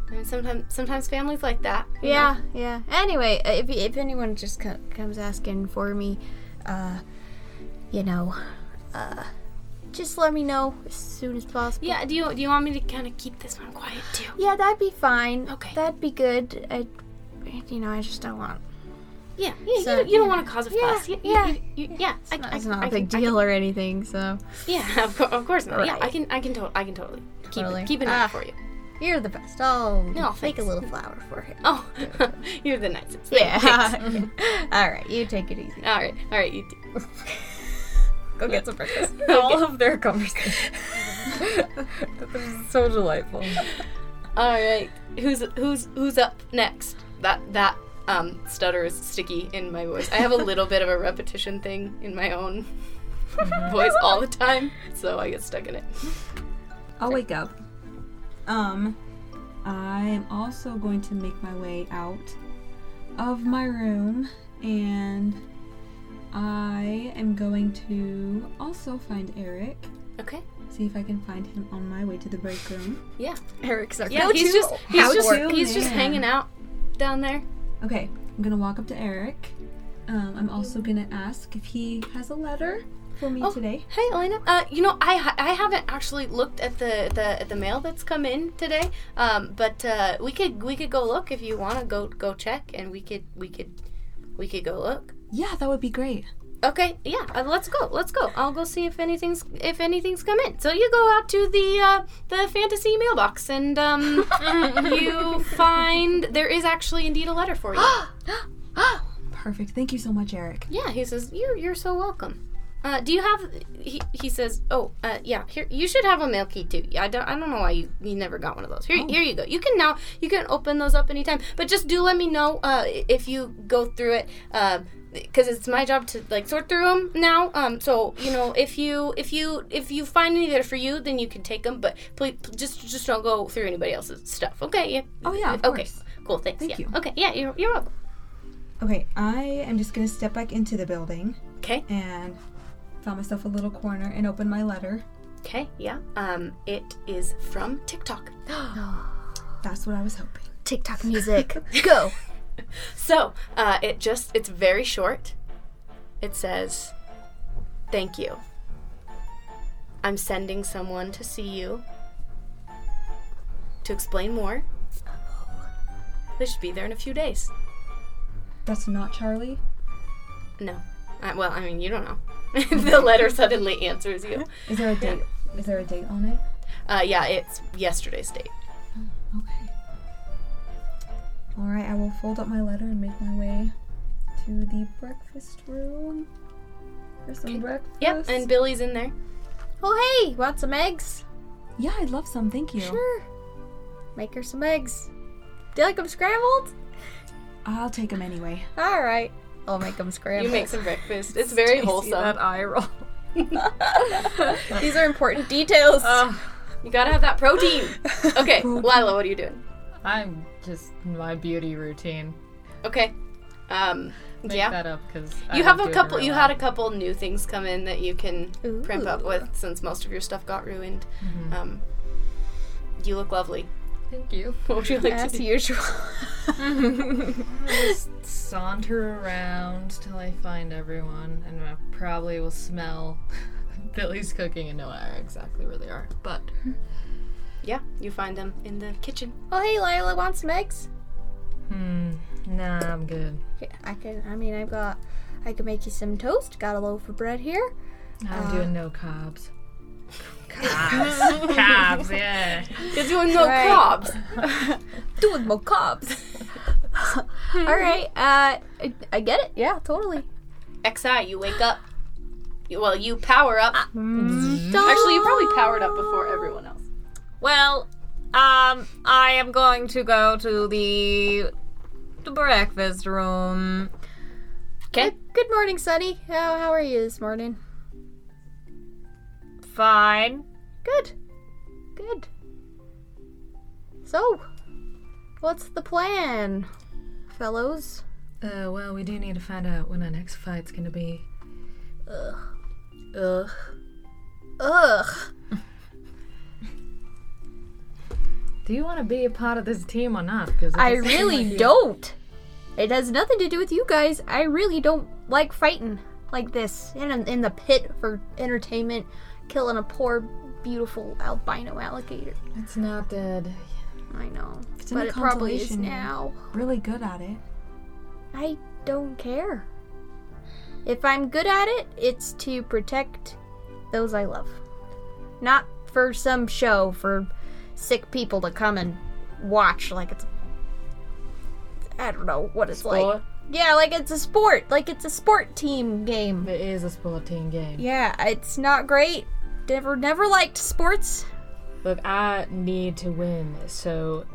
S2: I mean, sometimes sometimes families like that. you know.
S4: Yeah, yeah. Anyway, uh, if, if anyone just co- comes asking for me, uh, you know, uh, just let me know as soon as possible.
S2: Yeah. Do you do you want me to kind of keep this one quiet too?
S4: Yeah, that'd be fine.
S2: Okay.
S4: That'd be good. I, you know, I just don't want.
S2: Yeah. Yeah.
S4: So,
S2: you don't, you don't want to cause a
S4: Yeah,
S2: fuss. You- you-
S4: yeah.
S2: you- you- yeah. I- I-
S4: It's not
S2: I
S4: a big
S2: can- I
S4: deal or anything, so.
S2: can- yeah. Of, co- of course not. Yeah. I
S4: Right.
S2: can I can to- I can totally keep
S4: Totally.
S2: it, keep an eye
S4: Ah.
S2: for you.
S4: You're the best. I'll
S2: No,
S4: make a
S2: thanks.
S4: little flower for him.
S2: Oh, you're the nicest.
S4: Yeah. All right, you take it easy.
S2: All right. All right. You do.
S6: Go get some breakfast. All of their conversations. so delightful.
S2: All right, who's who's who's up next? That that um, stutter is sticky in my voice. I have a little bit of a repetition thing in my own voice all the time, so I get stuck in it.
S3: I'll wake up. Um, I'm also going to make my way out of my room and I am going to also find Eric.
S2: Okay.
S3: See if I can find him on my way to the break room.
S2: Yeah.
S4: Eric's our
S2: Yeah. he's just he's
S3: How
S2: just
S3: to,
S2: he's just
S3: man.
S2: hanging out down there.
S3: Okay, I'm gonna walk up to Eric. Um, I'm also gonna ask if he has a letter for me
S2: Oh.
S3: today.
S2: Hey, Elena. Uh, you know, I ha- I haven't actually looked at the the at the mail that's come in today. Um, but uh, we could we could go look if you want to go go check, and we could we could we could go look.
S3: Yeah, that would be great.
S2: Okay, yeah, uh, let's go. Let's go. I'll go see if anything's if anything's come in. So you go out to the uh, the fantasy mailbox and um, you find there is actually indeed a letter for you.
S3: Perfect. Thank you so much, Eric.
S2: yeah, he says you're you're so welcome. Uh, do you have? He, he says, oh uh, yeah, here you should have a mail key too. Yeah, I don't I don't know why you, you never got one of those.
S3: Oh.
S2: Here here you go. You can now you can open those up anytime. But just do let me know uh, if you go through it. Uh, because it's my job to like sort through them now. Um, so you know, if you if you if you find any that are for you, then you can take them. But please, just just don't go through anybody else's stuff. Okay. Yeah.
S3: Oh, yeah, of
S2: okay.
S3: course.
S2: Cool. Thanks.
S3: Thank
S2: yeah.
S3: you.
S2: Okay. Yeah. You're you're welcome.
S3: Okay, I am just gonna step back into the building.
S2: 'Kay.
S3: And found myself a little corner and opened my letter.
S2: Okay. Yeah. Um, it is from TikTok.
S3: That's what I was hoping.
S4: TikTok music. Go.
S2: So uh, it just it's very short. It says, "Thank you. I'm sending someone to see you to explain more. They should be there in a few days.
S3: That's not Charlie.
S2: No. I, well, I mean, you don't know. the letter suddenly answers you.
S3: Is there a date? Is there a date on it?
S2: Uh, yeah, it's yesterday's date.
S3: Okay. All right, I will fold up my letter and make my way to the breakfast room for some breakfast.
S2: Yep, and Billy's in there.
S4: Oh, hey, want some eggs?
S3: yeah, I'd love some. Thank you.
S4: Sure. Make her some eggs. Do you like them scrambled?
S3: I'll take them anyway.
S4: All right. I'll make them scrambled.
S2: You make some breakfast. It's very wholesome.
S5: That eye roll.
S4: These are important details.
S2: Oh. You gotta have that protein. Okay, Lila, what are you doing?
S5: I'm just my beauty routine.
S2: Okay. Um,
S5: Make
S2: yeah.
S5: that up because
S2: you have a couple you had a couple new things come in that you can primp up with since most of your stuff got ruined um, you look lovely
S5: Thank you.
S2: what would you like
S4: As
S2: to do
S4: usual.
S5: Saunter around till I find everyone, and I probably will smell Billy's cooking and know exactly where they are. But
S2: yeah you find them in the kitchen
S4: oh, hey, Lila, want some eggs?
S5: hmm, nah, I'm good.
S4: Yeah, I can. I mean, I've got. I can make you some toast. Got a loaf of bread here.
S5: I'm
S4: Uh,
S5: doing no cobs. Cobs, cobs, yeah.
S2: you're doing no
S4: Right.
S2: cobs
S4: Doing more cobs. All right. Uh, I, I get it. Yeah, totally.
S2: xi you wake up You- well you power up actually
S4: Actually,
S2: you probably powered up before everyone else
S6: Well, um, I am going to go to the, the breakfast room.
S2: okay
S4: Good morning, Sunny. How, how are you this morning?
S6: Fine.
S4: Good. Good. So, what's the plan, fellows?
S5: Uh, well, we do need to find out when our next fight's gonna be.
S4: Ugh. Ugh.
S5: Do you want to be a part of this team or not? Because
S4: I really don't. It has nothing to do with you guys. I really don't like fighting like this in in the pit for entertainment, killing a poor, beautiful albino alligator.
S5: It's not dead.
S4: I know,
S3: in
S4: but
S3: the
S4: it probably is
S3: consolation, yeah.
S4: now.
S3: Really good at it.
S4: I don't care. If I'm good at it, it's to protect those I love. Not for some show for sick people to come and watch like it's I don't know what it's like.
S5: Sport?
S4: Yeah, like it's a sport, like it's a sport team game.
S5: It is a sport team game.
S4: Yeah, it's not great. Never never liked sports.
S5: Look, I need to win, so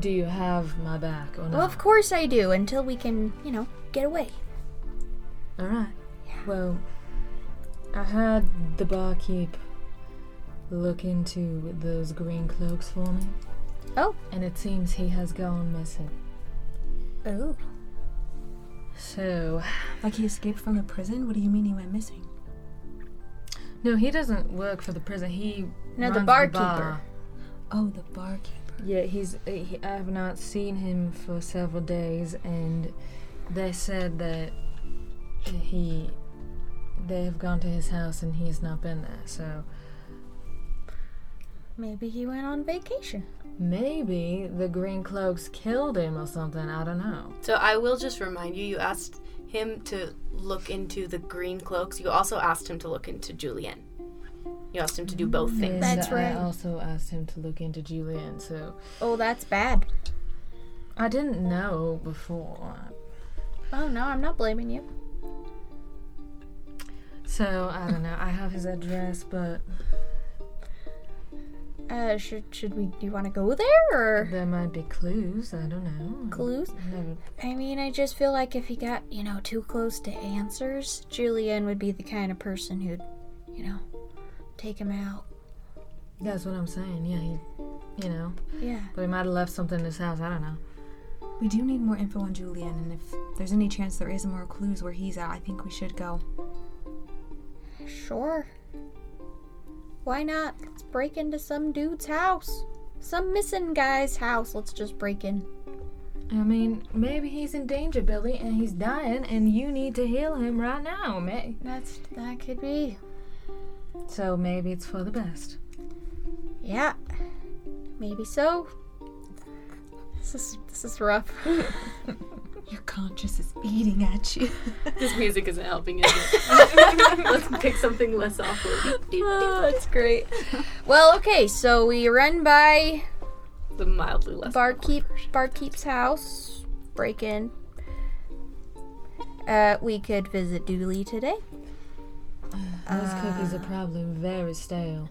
S5: do you have my back or not?
S4: Well, of course I do until we can, you know, get away.
S5: All right. Well, I had the barkeep look into those green cloaks for me.
S4: Oh.
S5: And it seems he has gone missing.
S4: Oh.
S5: So,
S3: Like he escaped from the prison. What do you mean he went missing?
S5: no, he doesn't work for the prison. He
S4: No, the
S5: runs
S4: barkeeper.
S5: bar.
S3: Oh, the barkeeper.
S5: Yeah, he's. uh, He, I have not seen him for several days, and they said that he. They have gone to his house, and he has not been there. So
S4: Maybe he went on vacation.
S5: maybe the Green Cloaks killed him or something. I don't know.
S2: so i will just remind you you asked him to look into the green cloaks you also asked him to look into julian you asked him to do both things
S4: That's
S5: And
S4: right.
S5: I also asked him to look into Julian. So
S4: Oh, that's bad.
S5: I didn't know before.
S4: Oh no, I'm not blaming you.
S5: So I don't know. I have his address, but
S4: Uh, should should we? Do you want to go there or
S5: there might be clues. I don't know.
S4: clues?
S5: Never-
S4: I mean, I just feel like if he got you know too close to answers, Julian would be the kind of person who'd, you know, take him out.
S5: That's what I'm saying. Yeah, he, you know.
S4: Yeah.
S5: But he might have left something in his house. I don't know.
S3: We do need more info on Julian, and if there's any chance there is more clues where he's at, I think we should go.
S4: Sure. Why not? Let's break into some dude's house, some missing guy's house. Let's just break in.
S5: I mean, maybe he's in danger, Billy, and he's dying, and you need to heal him right now, May.
S4: That's that could be.
S5: So maybe it's for the best.
S4: Yeah. Maybe so. This is this is rough.
S3: Your conscience is eating at you.
S2: This music isn't helping, is it? Let's pick something less awkward.
S4: oh, that's great. Well, okay, so we run by
S2: The mildly less
S4: barkeep barkeep's house. Break in. Uh, we could visit Dooley today.
S5: Those cookies are probably very stale.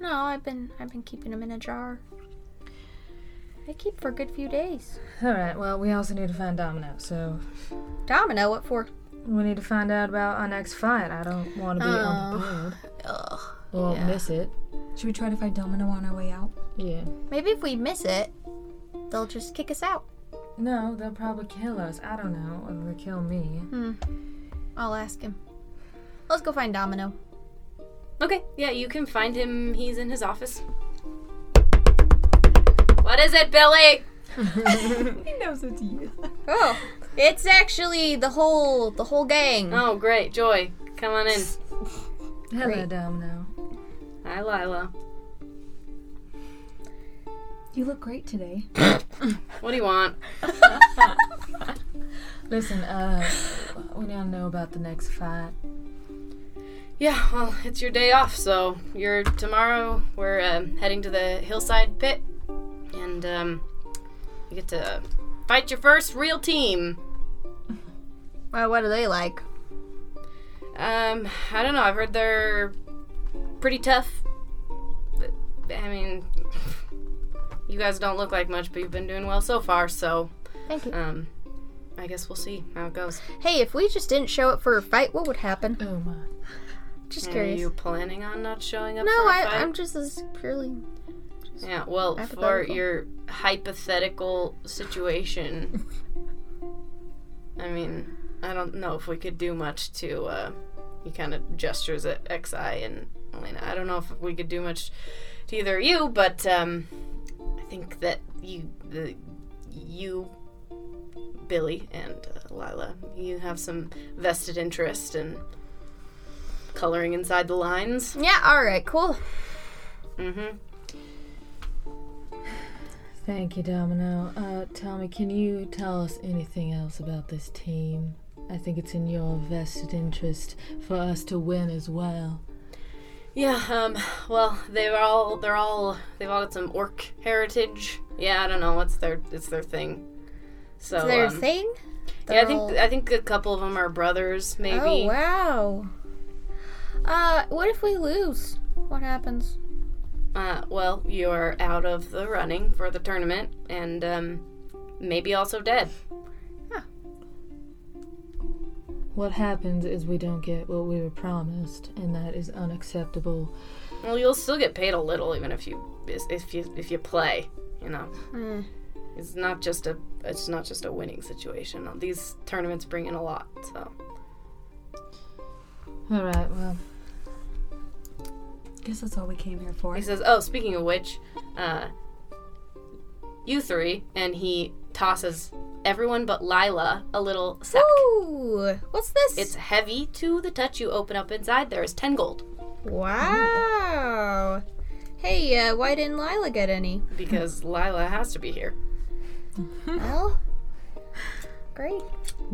S4: No, I've been I've been keeping them in a jar. They keep for a good few days.
S5: Alright, well, we also need to find Domino, so
S4: Domino, what for?
S5: we need to find out about our next fight. I don't want to be unprepared
S4: Ugh.
S5: or Oh, miss it.
S3: Should we try to find Domino on our way out?
S5: Yeah.
S4: Maybe if we miss it, they'll just kick us out.
S5: No, they'll probably kill us. I don't know. Or they'll kill me.
S4: I'll ask him. Let's go find Domino.
S2: Okay, yeah, you can find him. He's in his office. What is it, Billy?
S4: Oh, it's actually the whole the whole gang. Uh,
S2: Oh, great, Joy. Come on in.
S5: Hello, Domino.
S2: Hi, Lila.
S3: You look great today.
S2: What do you want?
S5: Listen, uh, we now know about the next fight.
S2: Yeah, well, it's your day off, so you're tomorrow. We're um, heading to the hillside pit, and um, you get to fight your first real team.
S4: Well, what are they like?
S2: Um, I don't know. I've heard they're pretty tough. But, I mean, you guys don't look like much, but you've been doing well so far. So,
S4: Thank you.
S2: um, I guess we'll see how it goes.
S4: Hey, if we just didn't show up for a fight, what would happen?
S5: Oh my.
S4: Just
S2: Are
S4: curious.
S2: you planning on not showing up?
S4: No,
S2: for a
S4: I,
S2: fight?
S4: I'm just as purely.
S2: Yeah, well, for
S4: Hypothetical.
S2: your hypothetical situation, I mean, I don't know if we could do much to. Uh, he kind of gestures at Xi and Elena. I don't know if we could do much to either of you, but um, I think that you, the, you, Billy and uh, Lila, you have some vested interest in coloring inside the lines.
S4: Yeah. All right. Cool.
S2: Mm-hmm.
S5: Thank you, Domino. Uh, tell me, can you tell us anything else about this team? I think it's in your vested interest for us to win as well.
S2: Yeah, um, well, they're all they're all they've all got some orc heritage. Yeah, I don't know, it's their it's their thing. So
S4: Their
S2: um,
S4: thing.
S2: yeah, I
S4: They're
S2: think
S4: all-
S2: I think a couple of them are brothers, maybe.
S4: Oh wow. Uh, what if we lose? What happens?
S2: Uh, well, you're out of the running for the tournament, and um, maybe also dead.
S5: What happens is we don't get what we were promised, and that is unacceptable.
S2: Well, you'll still get paid a little, even if you if you if you play. You know,
S4: Mm.
S2: it's not just a it's not just a winning situation. These tournaments bring in a lot, so
S5: All right, well,
S3: Guess that's all we came here for.
S2: He says, "Oh, speaking of which, uh, you three, and he tosses everyone but Lila a little sack.
S4: Ooh, what's this?
S2: It's heavy to the touch. You open up inside. There is ten gold
S4: wow. Hey, uh, why didn't Lila get any?
S2: because Lila has to be here.
S3: Hmm.
S4: well, great.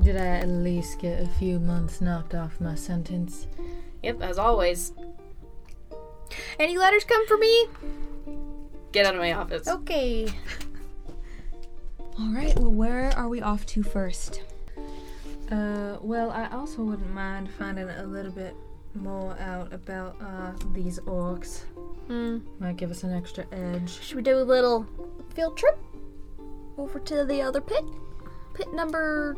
S5: did I at least get a few months knocked off my sentence?
S2: Yep, as always.
S4: Any letters come for me?
S2: Get out of my
S6: Oh.
S2: office.
S4: Okay.
S3: all right, well, where are we off to first?
S5: Uh, well, I also wouldn't mind finding a little bit more out about uh, these orcs.
S4: Hmm.
S5: Might give us an extra edge.
S4: Should we do a little field trip over to the other pit? Pit number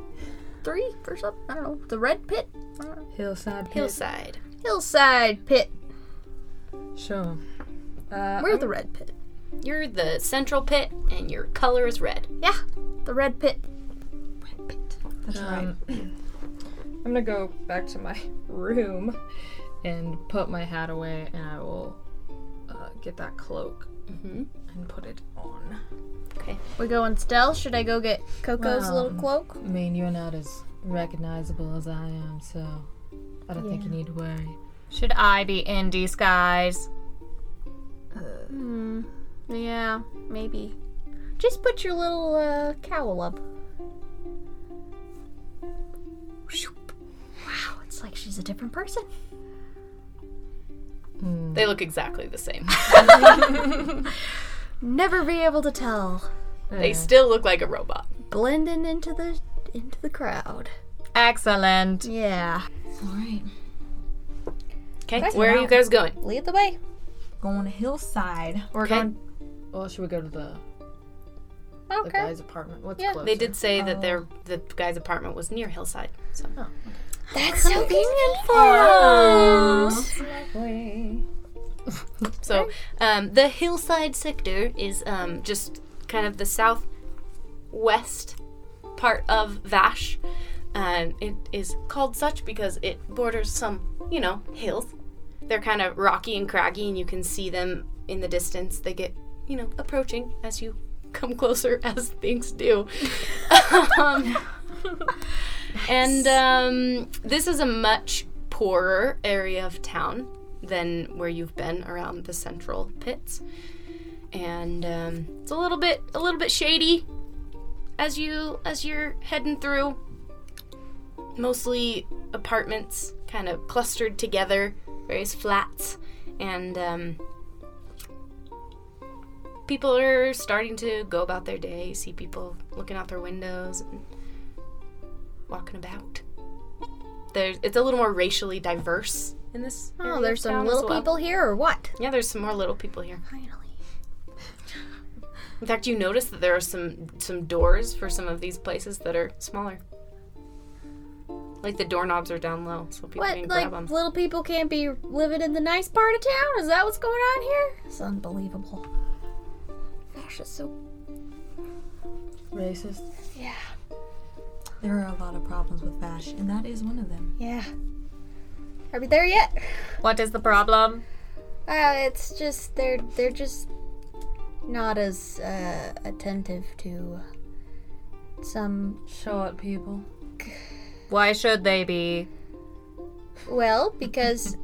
S4: three or something? I don't know. The red pit?
S5: Hillside pit.
S2: Hillside.
S4: Hillside pit.
S5: Sure. Uh,
S4: We're the red pit.
S2: You're the central pit, and your color is red.
S4: Yeah, the red pit.
S3: That's right.
S5: Um, I'm gonna go back to my room and put my hat away, and I will uh, get that cloak
S4: Mm-hmm.
S5: and put it on.
S4: We go in stealth. Should I go get Coco's little
S5: Um,
S4: cloak?
S5: I mean, you're not as recognizable as I am, so I don't think you need to worry.
S6: Should I be in disguise?
S4: Yeah, maybe. Just put your little uh, cowl up. Shoop. Wow, it's like she's a different person.
S2: They look exactly the same.
S4: Never be able to tell.
S2: they still look like a robot.
S4: Blending into the into the crowd.
S6: Excellent.
S4: Yeah.
S3: All right.
S2: Okay, where are you guys going?
S4: Lead the way.
S3: Going hillside.
S6: We're
S2: Okay.
S6: going.
S5: Well, should we go to the the
S4: Okay.
S5: guy's apartment? What's
S4: Yeah,
S5: closer?
S2: They did say that their the guy's apartment was near Hillside. So
S4: That's so convenient for us.
S2: So um, the hillside sector is um, just kind of the southwest part of Vash. Um, it is called such because it borders some, you know, hills. They're kind of rocky and craggy, and you can see them in the distance. They get, you know, approaching as you come closer, as things do. um, and um, this is a much poorer area of town than where you've been around the central pits, and um, it's a little bit a little bit shady as you as you're heading through. Mostly apartments, kind of clustered together, various flats, and um, people are starting to go about their day. You see people looking out their windows and walking about. There's, it's a little more racially diverse in this. area
S4: Oh,
S2: of
S4: there's
S2: town
S4: some
S2: as
S4: little
S2: well.
S4: people here, or what?
S2: Yeah, there's some more little people here.
S4: Finally.
S2: In fact, you notice that there are some some doors for some of these places that are smaller. Like the doorknobs are down low, so people
S4: What,
S2: can grab
S4: like,
S2: them.
S4: little people can't be living in the nice part of town? Is that what's going on here? It's unbelievable. Gosh, it's so.
S5: racist.
S4: Yeah.
S3: There are a lot of problems with Vash, and that is one of them.
S4: Yeah. Are we there yet?
S6: What is the problem?
S4: Uh, it's just they're they're just not as uh, attentive to some.
S5: Short people.
S6: Why should they be?
S4: Well, because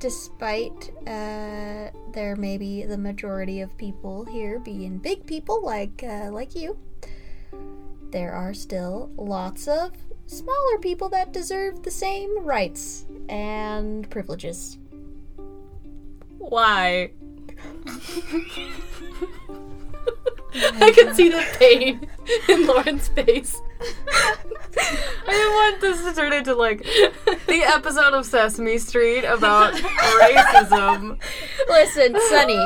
S4: despite uh, there may be the majority of people here being big people like uh, like you, there are still lots of smaller people that deserve the same rights and privileges.
S6: Why?
S2: I can see the pain in Lauren's face.
S6: I didn't want this to turn into like the episode of Sesame Street about racism.
S4: Listen, Sunny.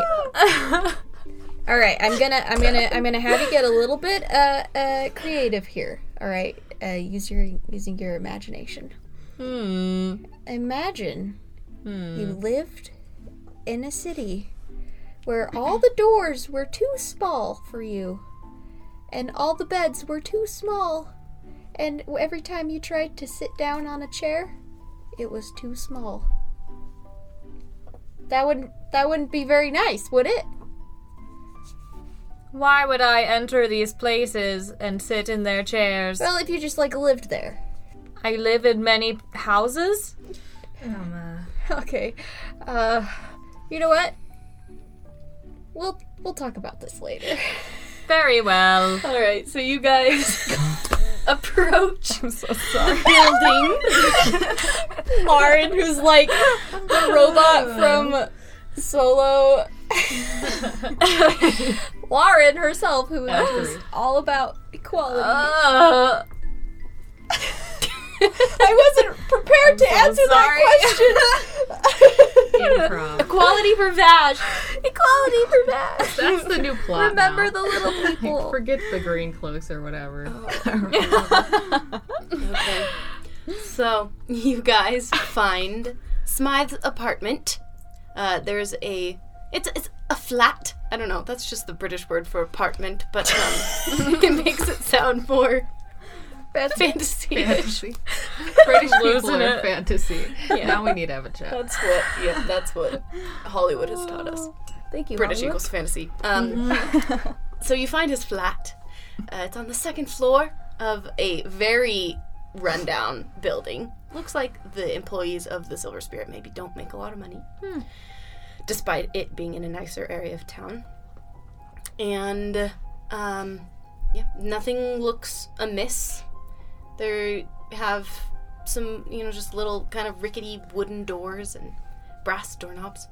S4: all right, I'm gonna, I'm gonna, I'm gonna have you get a little bit uh, uh, creative here. All right, uh, use your using your imagination.
S6: Hmm.
S4: Imagine you lived in a city where all the doors were too small for you, and all the beds were too small, and every time you tried to sit down on a chair, it was too small. That wouldn't that wouldn't be very nice, would it?
S6: Why would I enter these places and sit in their chairs?
S4: Well, if you just like lived there.
S6: I live in many houses.
S4: Okay. Uh you know what? We'll we'll talk about this later.
S6: Very well.
S2: All right, so you guys approach. I'm so sorry. The building.
S4: Lauren who's like the robot from Solo Lauren herself who is all about equality.
S6: Uh,
S4: I wasn't prepared to answer that question.
S5: Improv.
S4: equality for Vash. Equality for Vash.
S5: That's the Oh. new plot.
S4: Remember
S5: now.
S4: the little people.
S5: Forget the green cloaks or whatever.
S2: Okay. So you guys find Smythe's apartment. Uh, there's a it's it's a flat. I don't know. That's just the British word for apartment, but um, it makes it sound more fantasy.
S5: British people
S6: losing
S5: are
S6: it.
S5: fantasy. Now we need to have a chat.
S2: That's what. Yeah, that's what Hollywood has taught us.
S4: Thank you.
S2: British
S4: Hollywood.
S2: equals fantasy. Um, so you find his flat. Uh, it's on the second floor of a very rundown building. Looks like the employees of the Silver Spirit maybe don't
S4: Hmm.
S2: make a lot of money, despite it being in a nicer area of town. and um, yeah, nothing looks amiss. They have some, you know, just little kind of rickety wooden doors and brass doorknobs.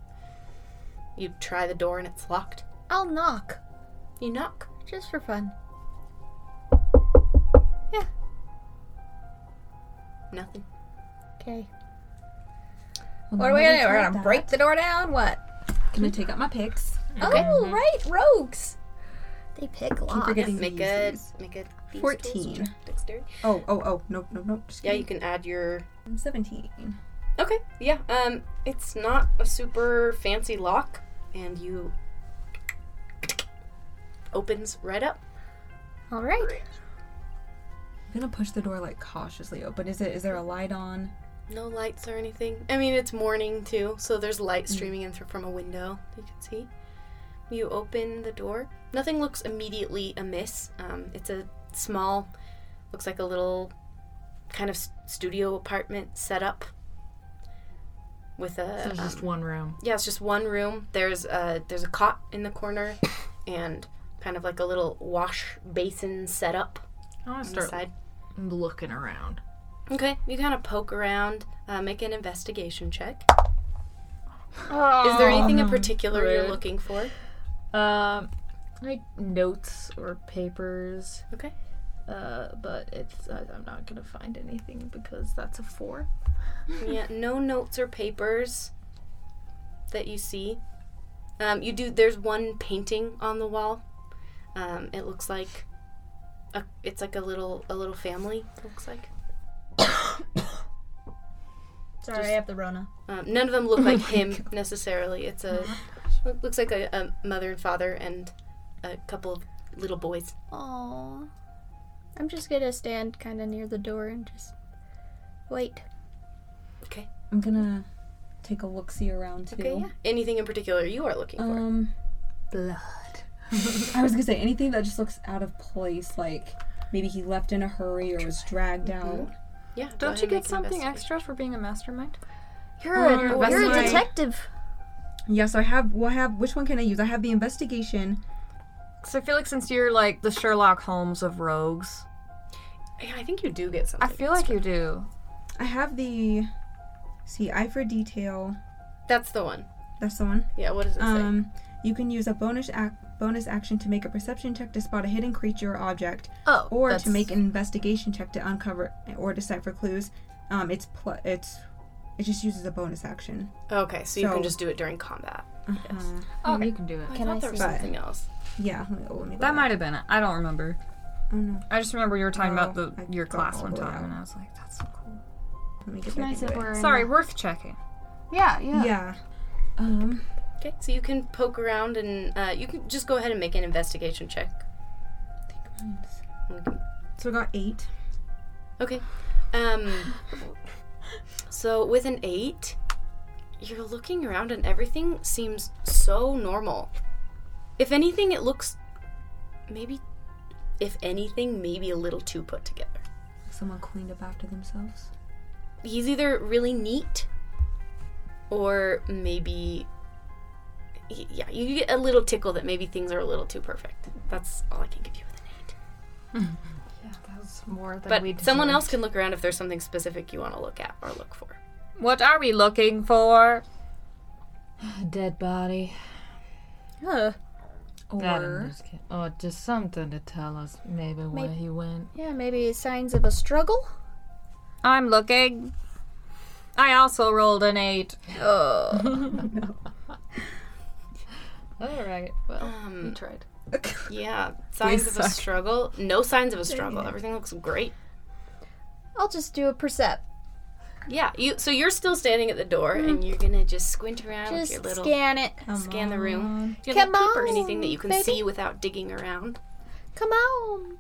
S2: You try the door and it's locked.
S4: I'll knock
S2: You knock.
S4: just for fun.
S2: Nothing.
S4: Okay. What
S3: Well, now
S4: are we gonna do?
S3: that we've
S4: We're
S3: tried
S4: gonna
S3: that,
S4: break the door down? What?
S3: Gonna take out my picks.
S4: Oh, right, rogues. They pick
S3: Keep
S4: locks.
S3: forgetting
S2: Make
S3: to use
S2: a
S3: these.
S2: make a these tools
S3: 14.
S2: check, dexterity.
S3: Oh, oh, oh. Nope, nope, nope. Just
S2: Yeah, you
S3: kidding.
S2: can add your
S3: I'm 17.
S2: Okay, yeah. Um, it's not a super fancy lock, and you opens right up.
S4: All right.
S3: I'm gonna push the door like cautiously open. Is it? Is there a light on?
S2: No lights or anything. I mean, it's morning too, so there's light streaming in through from a window you can see. You open the door. Nothing looks immediately amiss. Um, it's a small, looks like a little kind of s- studio apartment set up with a.
S5: So it's just
S2: um,
S5: one room.
S2: Yeah, it's just one room. There's a there's a cot in the corner, and kind of like a little wash basin set up
S5: I want
S2: on
S5: to
S2: the
S5: start
S2: side.
S5: looking around.
S2: Okay, you kind of poke around, uh, make an investigation check. Is there anything in particular you're
S5: rude.
S2: looking for?
S5: Um, like notes or papers.
S2: Okay.
S5: Uh, but it's I, I'm not gonna find anything because that's a four.
S2: yeah, no notes or papers that you see. Um, you do. There's one painting on the wall. Um, it looks like a, it's like a little a little family. It looks like.
S4: Sorry, I have the Rona.
S2: Um, none of them
S1: Oh
S2: look like him necessarily. It's a
S1: Uh-huh.
S2: lo- looks like a, a mother and father and a couple of little boys.
S4: Aww. I'm just gonna stand kind of near the door and just wait.
S3: I'm gonna take a look see around too.
S2: Okay, yeah. Anything in particular you are looking
S1: Uh,
S2: for?
S3: Um, blood. I was gonna say anything that just looks out of place, like maybe he left in a hurry or was dragged out.
S2: yeah. go
S1: Don't
S2: ahead
S1: you
S2: and make
S1: get
S2: an
S1: something
S2: investigation.
S1: extra for being a mastermind?
S4: You're
S3: Um,
S4: a,
S3: that's
S4: you're a
S3: my-
S4: detective.
S3: Yes, I have. Well, I have. Which one can I use? I have the investigation.
S1: Because I feel like since you're like the Sherlock Holmes of rogues,
S2: Yeah, I think you do get
S1: I
S2: something.
S1: feel like you do.
S3: I have the. See, eye for detail.
S2: That's the one.
S3: That's the one.
S2: Yeah. What does it say?
S3: Um, you can use a bonus ac bonus action to make a perception check to spot a hidden creature or object,
S4: Oh,
S3: or
S4: that's-
S3: to make an investigation check to uncover or decipher clues. Um, it's pl- it's it just uses a bonus action.
S2: Okay, so you
S3: so-
S2: can just do it during combat.
S3: Uh,
S1: Oh,
S5: You can do it.
S2: I
S4: Can
S2: thought
S4: I
S2: there was
S3: see-
S2: something else.
S3: yeah. Let me, oh, let me go
S1: That
S3: back.
S1: might have been it. I don't remember.
S3: Oh no.
S1: I just remember you were talking about
S3: Oh,
S1: the
S3: I
S1: your
S3: got
S1: class
S3: all
S1: one
S3: the way
S1: time,
S3: out.
S1: and I was like, "That's so cool."
S3: Let me get back into it.
S1: Sorry, worth checking.
S3: Yeah. Um.
S2: Okay, so you can poke around and uh, you can just go ahead and make an investigation check. Okay.
S3: So I got eight.
S2: Okay. Um so with an 8, you're looking around and everything seems so normal. If anything it looks maybe if anything maybe a little too put together.
S3: Someone cleaned up after themselves.
S2: He's either really neat or maybe he- yeah, you get a little tickle that maybe things are a little too perfect. That's all I can give you with an 8.
S5: That was more than
S2: But
S5: we
S2: someone
S5: deserved.
S2: else can look around if there's something specific you want to look at or look for.
S6: What are we looking for?
S5: A dead body.
S4: Ugh.
S5: That
S3: Or-
S5: I'm just kidding. Oh, just something to tell us maybe, where he went.
S4: Yeah, maybe signs of a struggle.
S6: I'm looking. I also rolled an eight.
S4: Oh,
S5: All right. Well,
S2: Um,
S5: tried.
S2: Yeah, signs of a struggle. No signs of a struggle. Everything looks great.
S4: I'll just do a percept.
S2: Yeah, you. So you're still standing at the door,
S4: Mm.
S2: and you're gonna just squint around with your
S4: Just
S2: little
S4: scan it.
S2: scan the room. Do you
S4: Come
S2: look
S4: on,
S2: anything that you can
S4: baby.
S2: see without digging around?
S4: Come on.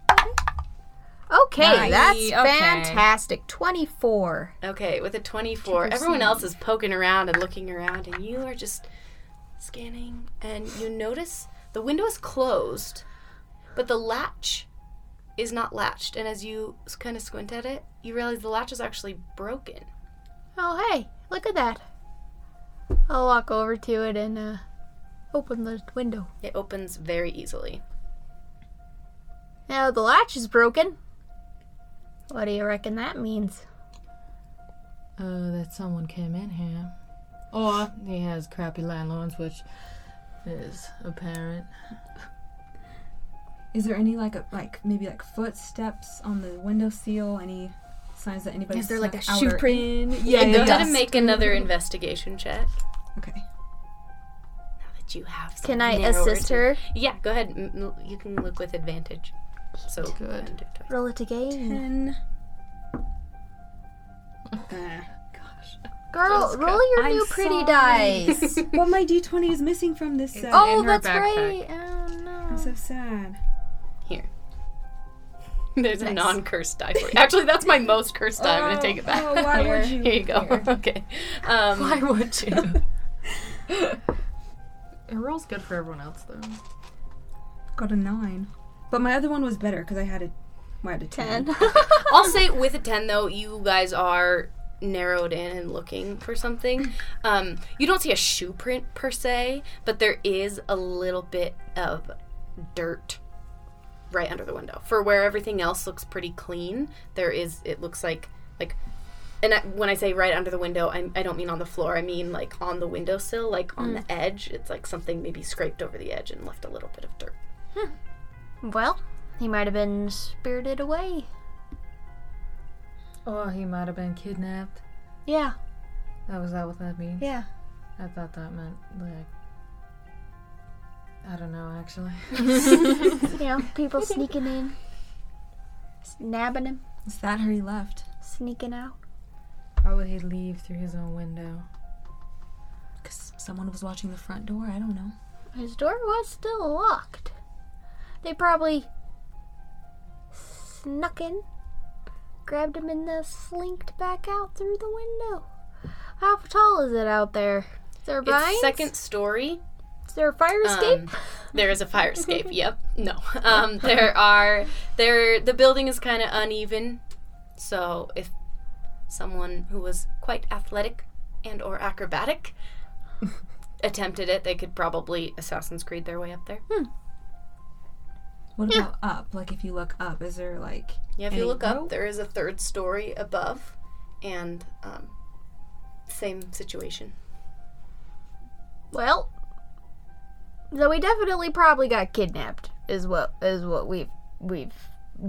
S4: Okay,
S6: Nice.
S4: that's
S6: Okay.
S4: fantastic. 24.
S2: Okay, with a 24, everyone else is poking around and looking around, and you are just scanning, and you notice the window is closed, but the latch is not latched. And as you kind of squint at it, you realize the latch is actually broken.
S4: Oh, hey, look at that. I'll walk over to it and uh, Open the window.
S2: It opens very easily.
S4: Now the latch is broken. What do you reckon that means?
S5: Uh, that someone came in here. Or he has crappy landlords, which is apparent.
S3: Is there any like a, like maybe like footsteps on the window seal? Any signs that anybody?
S4: Is there like a
S3: snuck out
S4: shoe
S3: or
S4: print?
S3: in? Yeah,
S2: Go
S3: yeah,
S2: ahead
S3: yeah.
S2: and make another investigation check.
S3: Okay.
S2: Now that you have some
S4: Can I
S2: narrower
S4: assist
S2: to-
S4: her?
S2: Yeah, go ahead. M- m- You can look with advantage. So
S5: Good.
S2: go ahead and do it twice.
S4: Roll it again.
S3: Ten. Ah,
S4: Uh.
S3: gosh.
S4: Girl,
S5: Jessica,
S4: roll your
S3: I'm
S4: new pretty
S3: sorry.
S4: dice.
S3: Well, my d20 is missing from this set.
S5: Oh.
S4: oh,
S5: In her
S4: that's
S5: backpack.
S4: right. Oh no.
S3: I'm so sad.
S2: There's a non-cursed die for you. Actually, that's my most cursed die. I'm gonna take it back.
S3: Oh, why would
S2: Here
S3: you?
S2: you go. Okay. Um,
S5: Why would you? it rolls good for everyone else, though.
S3: Got a nine. But my other one was better because I had a, well, I had a ten.
S4: Ten.
S2: I'll say with a 10 though, you guys are narrowed in and looking for something. Um, you don't see a shoe print per se, but there is a little bit of dirt right under the window. For where everything else looks pretty clean, there is it looks like like and I, when I say right under the window, I'm, I don't mean on the floor. I mean like on the windowsill, like
S5: Hmm.
S2: on the edge. It's like something maybe scraped over the edge and left a little bit of dirt.
S4: well, he might have been spirited away.
S5: Or he might have been kidnapped.
S4: Yeah.
S5: That was that what that means?
S4: Yeah.
S5: I thought that meant like. I don't know, actually.
S4: You know, people sneaking in, snabbing him,
S3: Is that how he left?
S4: sneaking out.
S5: Why would he leave through his own window?
S3: Because someone was watching the front door. I don't know.
S4: His door was still locked. They probably snuck in, grabbed him, and then slinked back out through the window. How tall is it out there? Is there vines?
S2: It's second story.
S4: Is there a fire escape?
S2: Um, there is a fire escape. Yep. No. Um, there are there. The building is kind of uneven, so if someone who was quite athletic and or acrobatic attempted it, they could probably Assassin's Creed their way up there.
S3: What about up? Like if you look up, is there like
S2: Yeah. If you
S3: Any
S2: look up,
S3: rope?
S2: there is a third story above, and um, same situation.
S4: well, so he definitely probably got kidnapped. Is what is what we've we've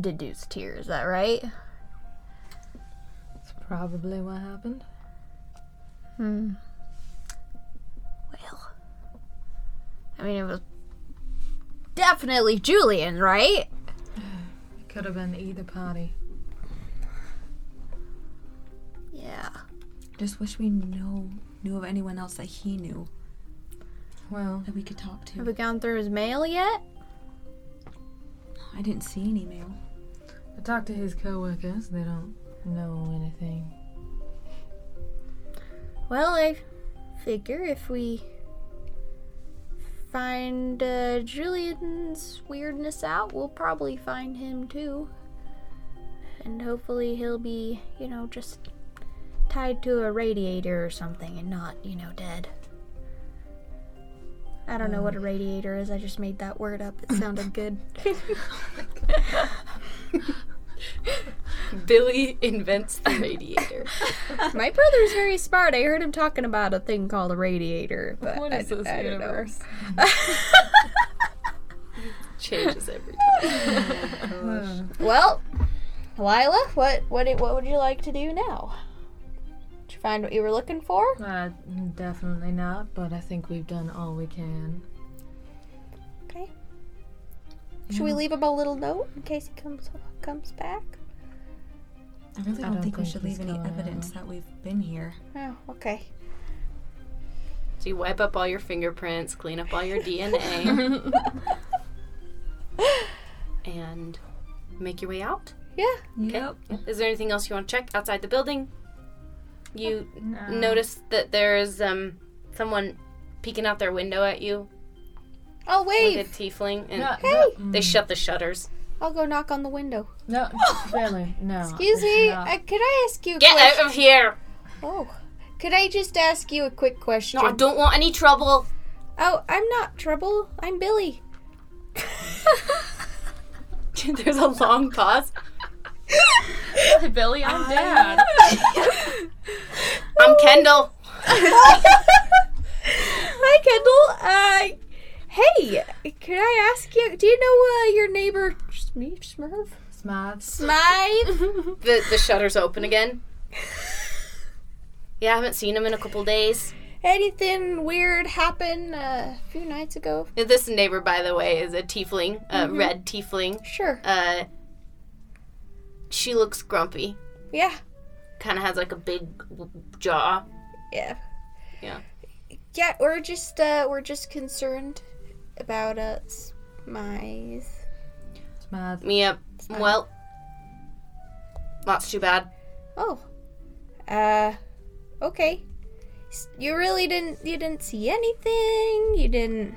S4: deduced here. Is that right?
S5: That's probably what happened.
S4: Hmm. Well, I mean, it was definitely Julian, right?
S5: It could have been either party.
S4: Yeah.
S3: just wish we know knew of anyone else that he knew
S5: Well,
S3: that we could talk to?
S4: Have we gone through his mail yet?
S3: I didn't see any mail.
S5: I talked to his coworkers. They don't know anything.
S4: Well, I figure if we find uh, Julian's weirdness out, we'll probably find him too. And hopefully he'll be, you know, just tied to a radiator or something and not, you know, dead. I don't know what a
S5: Hmm.
S4: radiator is. I just made that word up. It sounded good.
S2: Billy invents the radiator.
S4: My brother's very smart. I heard him talking about a thing called a radiator, but
S5: What
S4: I,
S5: is this
S4: I don't know.
S5: universe?
S2: Changes every time.
S4: Well, Lila, what what i- what would you like to do now? Did you find what you were looking for?
S5: Uh, definitely not, but I think we've done all we can.
S4: Okay. Mm-hmm. Should we leave him a little note in case he comes comes back?
S3: I really don't,
S5: don't
S3: think, we
S5: think
S3: should
S5: he's
S3: leave any
S5: going
S3: evidence that we've been here.
S4: Oh, okay.
S2: So you wipe up all your fingerprints, clean up all your DNA, and make your way out.
S4: Yeah.
S3: Yep.
S2: Is there anything else you want to check outside the building? You notice that there is um someone peeking out their window at you,
S4: I'll
S2: like
S4: wave.
S2: a tiefling, and
S4: Hey,
S2: they shut the shutters.
S4: I'll go knock on the window.
S5: No, really, no.
S4: Excuse me.
S5: No.
S4: Uh, could I ask you a
S2: Get
S4: question?
S2: out of here!
S4: Oh. Could I just ask you a quick question?
S2: No, I don't want any trouble.
S4: Oh, I'm not trouble. I'm Billy.
S2: There's a long pause.
S5: Billy, I'm dead.
S2: I'm Kendall.
S4: Hi, Kendall. Uh, hey, can I ask you? Do you know uh, your neighbor Smee- Smurf?
S5: Smiles.
S4: Smythe.
S2: The the shutters open again. Yeah, I haven't seen him in a couple days.
S4: Anything weird happen uh, a few nights ago?
S2: This neighbor, by the way, is a tiefling, a red tiefling.
S4: Sure.
S2: Uh, she looks grumpy.
S4: Yeah.
S2: Kind of has like a big w- jaw.
S4: Yeah.
S2: Yeah.
S4: Yeah, we're just uh we're just concerned about uh Smythe.
S5: Smiles.
S2: Mia, uh, well, that's too bad.
S4: Oh. Uh okay. S- You really didn't you didn't see anything. You didn't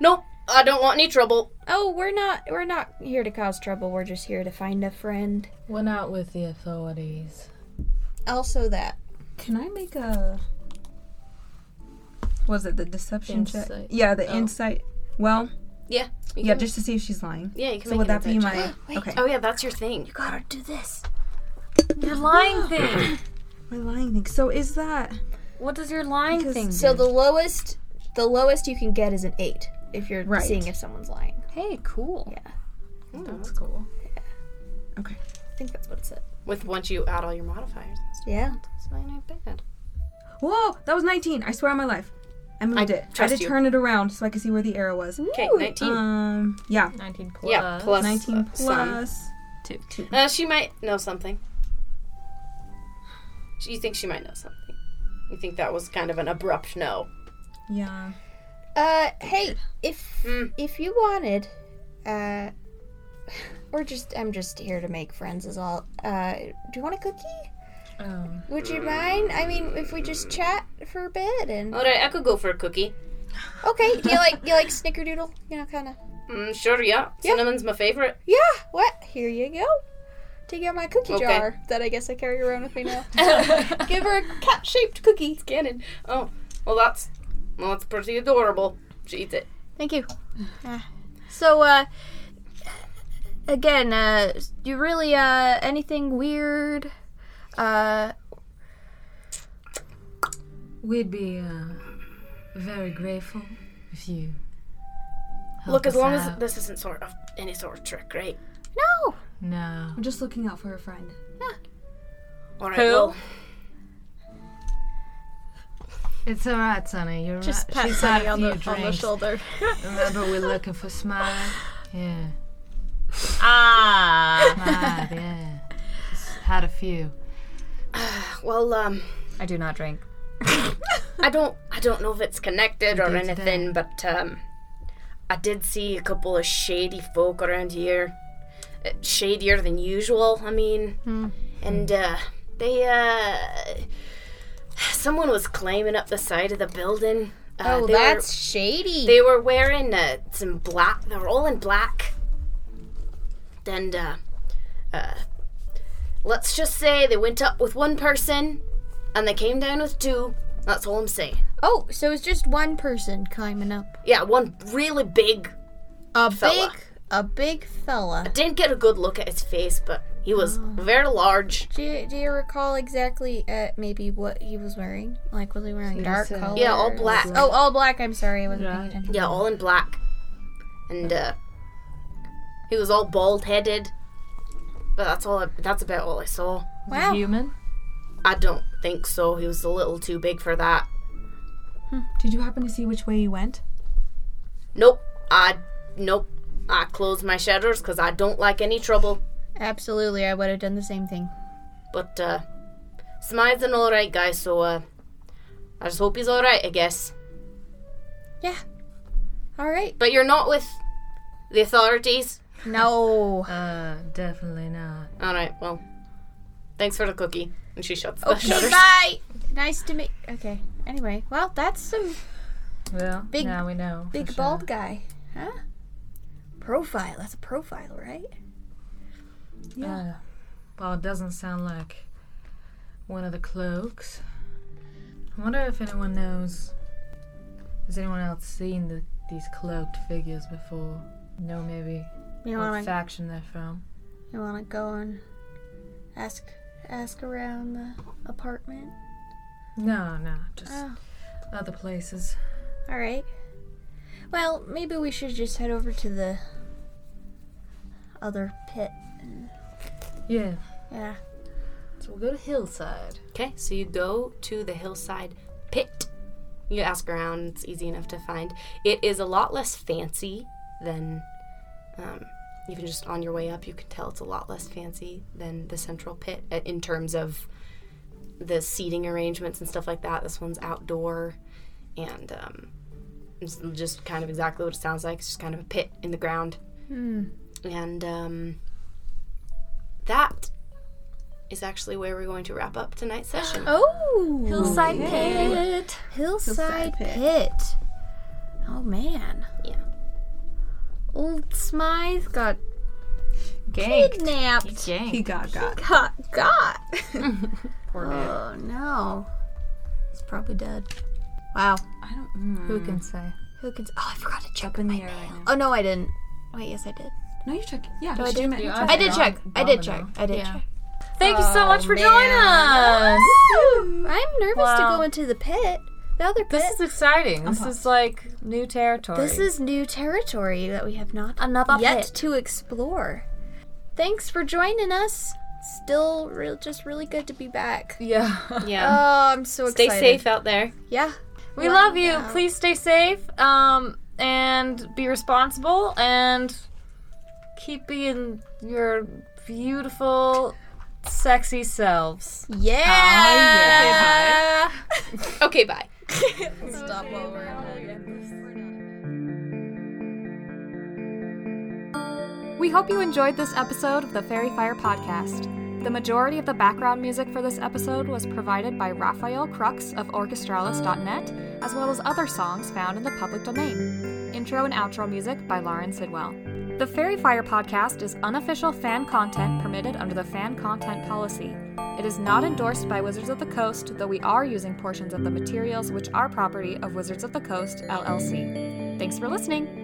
S2: No, I don't want any trouble.
S4: Oh, we're not we're not here to cause trouble. We're just here to find a friend.
S5: Went out with the authorities.
S4: Also that.
S3: Can I make a? Was it the deception check?
S5: Insight. Oh.
S3: Yeah, the insight. Well,
S2: You
S3: yeah,
S2: can-
S3: just to see if she's lying.
S2: yeah, you can
S3: So
S2: make
S3: would
S2: an
S3: that be
S2: insight
S3: my? Okay,
S2: check. Oh yeah, that's your thing.
S4: Gotta do this.
S6: Your lying thing.
S3: my lying thing. So is that?
S6: What does your lying
S3: Because-
S6: thing?
S4: So the lowest the lowest you can get is an eight if you're
S3: Right.
S4: seeing if someone's lying.
S6: Hey, cool.
S5: That's cool.
S4: I think that's what it said.
S2: With once you add all your modifiers,
S4: Yeah.
S2: it's really not bad.
S3: Whoa, that was 19. I swear on my life, I moved it. Tried
S2: trust
S3: to
S2: you.
S3: turn it around so I could see where the arrow was.
S2: Okay, nineteen.
S3: Um, yeah,
S5: 19 plus.
S2: yeah, plus
S3: 19
S2: some.
S3: plus.
S2: Uh, she might know something. She- You think she might know something? You think that was kind of an abrupt no?
S3: Yeah.
S4: Uh, hey, if
S2: Mm.
S4: if you wanted, uh, we're just I'm just here to make friends is all. Uh, do you want a cookie?
S5: Um,
S4: Would you mind? I mean, if we just chat for a bit and
S2: All right, I could go for a cookie.
S4: okay, do you like you like snickerdoodle? You know, kind of.
S2: Mm, sure, yeah.
S4: Yeah.
S2: Cinnamon's my favorite.
S4: Yeah. What? Here you go. Take out my cookie
S2: Okay.
S4: jar that I guess I carry around with me now. Give her a cat-shaped cookie.
S2: Cannon. Oh, well that's well that's pretty adorable. She eats it.
S4: Thank you. Ah.
S6: So, uh, again, uh, you really, uh, anything weird? Uh,
S5: we'd be uh, very grateful if you. help
S2: Look, as
S5: us
S2: long as
S5: out.
S2: this isn't sort of any sort of trick, right?
S6: no.
S5: No.
S3: I'm just looking out for a friend.
S2: All right.
S6: Who?
S2: Well,
S5: It's alright, Sonny. You're
S6: Just
S5: right.
S6: pat
S5: She's
S6: Sunny
S5: had a
S6: on
S5: few
S6: the, on the
S5: drinks.
S6: shoulder.
S5: Remember, we're looking for Smile. Yeah,
S6: Ah.
S5: Smile, yeah. Just had a few.
S2: well, um,
S6: I do not drink.
S2: I don't I don't know if it's connected or
S5: Day to day.
S2: anything, but um, I did see a couple of shady folk around here, Uh, shadier than usual. I mean,
S4: Hmm.
S2: and uh, they uh, someone was climbing up the side of the building. Uh,
S4: Oh,
S2: they
S4: that's
S2: were,
S4: shady.
S2: they were wearing uh, some black. They were all in black, and uh, uh, let's just say they went up with one person, and they came down with two. That's all I'm saying.
S4: oh, so it's just one person climbing up.
S2: Yeah, one really big.
S4: A
S2: Fella.
S4: big, a big fella.
S2: Didn't get a good look at his face, but he was very large.
S4: Do you, do you recall exactly uh, maybe what he was wearing? Like, was he wearing dark
S5: said-
S4: color?
S2: Yeah, all black.
S4: Oh, all black. I'm sorry, I wasn't paying
S5: Right.
S4: attention.
S2: Yeah, all in black. And uh he was all bald-headed. But that's all I, that's about all I saw.
S4: Wow.
S5: Human?
S2: I don't think so. He was a little too big for that.
S3: Did you happen to see which way he went?
S2: Nope. I nope. I closed my shutters cuz I don't like any trouble.
S4: Absolutely, I would have done the same thing.
S2: But uh Smythe's an all right guy, so uh I just hope he's all right, I guess.
S4: All right.
S2: But you're not with the authorities.
S4: No.
S5: Uh, definitely not.
S2: All right. Well, thanks for the cookie. And she shuts the
S4: Okay,
S2: shutters.
S4: bye. Nice to meet. Okay. Anyway, well, that's some
S5: Well,
S4: Big-
S5: now we know. for
S4: big
S5: sure.
S4: bald guy, huh? Profile. That's a profile, right?
S5: Uh, well, it doesn't sound like one of the cloaks. I wonder if anyone knows Has anyone else seen the, these cloaked figures before? No, maybe.
S4: You
S5: what
S4: want to
S5: faction they're from?
S4: you want to go and ask ask around the apartment?
S5: No, no, just
S4: Oh.
S5: other places.
S4: All right. Well, maybe we should just head over to the other pit.
S5: Yeah.
S4: Yeah.
S5: So we'll go to Hillside.
S2: Okay, so you go to the hillside pit. You ask around, it's easy enough to find. It is a lot less fancy than, um, even just on your way up, you can tell it's a lot less fancy than the central pit uh, in terms of the seating arrangements and stuff like that. This one's outdoor and um, it's just kind of exactly what it sounds like. It's just kind of a pit in the ground. And um, that is actually where we're going to wrap up tonight's session.
S4: Oh.
S2: Hillside
S4: pit. Hillside, pit. Oh man.
S2: Yeah.
S4: Old Smythe got
S1: Gang.
S4: kidnapped.
S1: Gang.
S3: He got got.
S4: Got got.
S5: Poor man.
S4: Oh no. He's probably dead. Wow.
S3: I don't. Mm.
S5: Who can say?
S4: Who can? Oh, I forgot to check
S3: Up in the air right now.
S4: Oh no, I didn't. Wait, yes, I did.
S3: No, you check. Yeah,
S2: Oh,
S4: I
S3: she
S4: did.
S3: meant-
S5: Yeah,
S4: I did
S5: Dom-
S4: check. I did check.
S5: Domino.
S4: I did
S2: Yeah.
S4: check.
S6: Thank you so
S4: Oh,
S6: much for
S4: man.
S6: joining us.
S4: I'm nervous to
S6: Um, Wow.
S4: go into the pit. The other pit.
S6: This is exciting. This is like new territory.
S4: Uh-huh. This is new territory that we have not
S6: Another
S4: yet
S6: pit.
S4: to explore. Thanks for joining us. Still, real, just really good to be back.
S6: yeah.
S2: Yeah.
S4: Oh, I'm so
S2: Stay
S4: excited.
S2: safe out there.
S4: Yeah.
S6: We love you. Please stay safe. Um, and be responsible and keep being your beautiful, sexy selves.
S4: Yeah.
S2: Okay, bye.
S4: Stop while we're at it.
S1: We hope you enjoyed this episode of the Fairy Fire Podcast. The majority of the background music for this episode was provided by Raphael Crux of Orchestralis.net, as well as other songs found in the public domain. Intro and outro music by Lauren Sidwell. The Fairy Fire Podcast is unofficial fan content permitted under the fan content policy. It is not endorsed by Wizards of the Coast, though we are using portions of the materials which are property of Wizards of the Coast, LLC. Thanks for listening!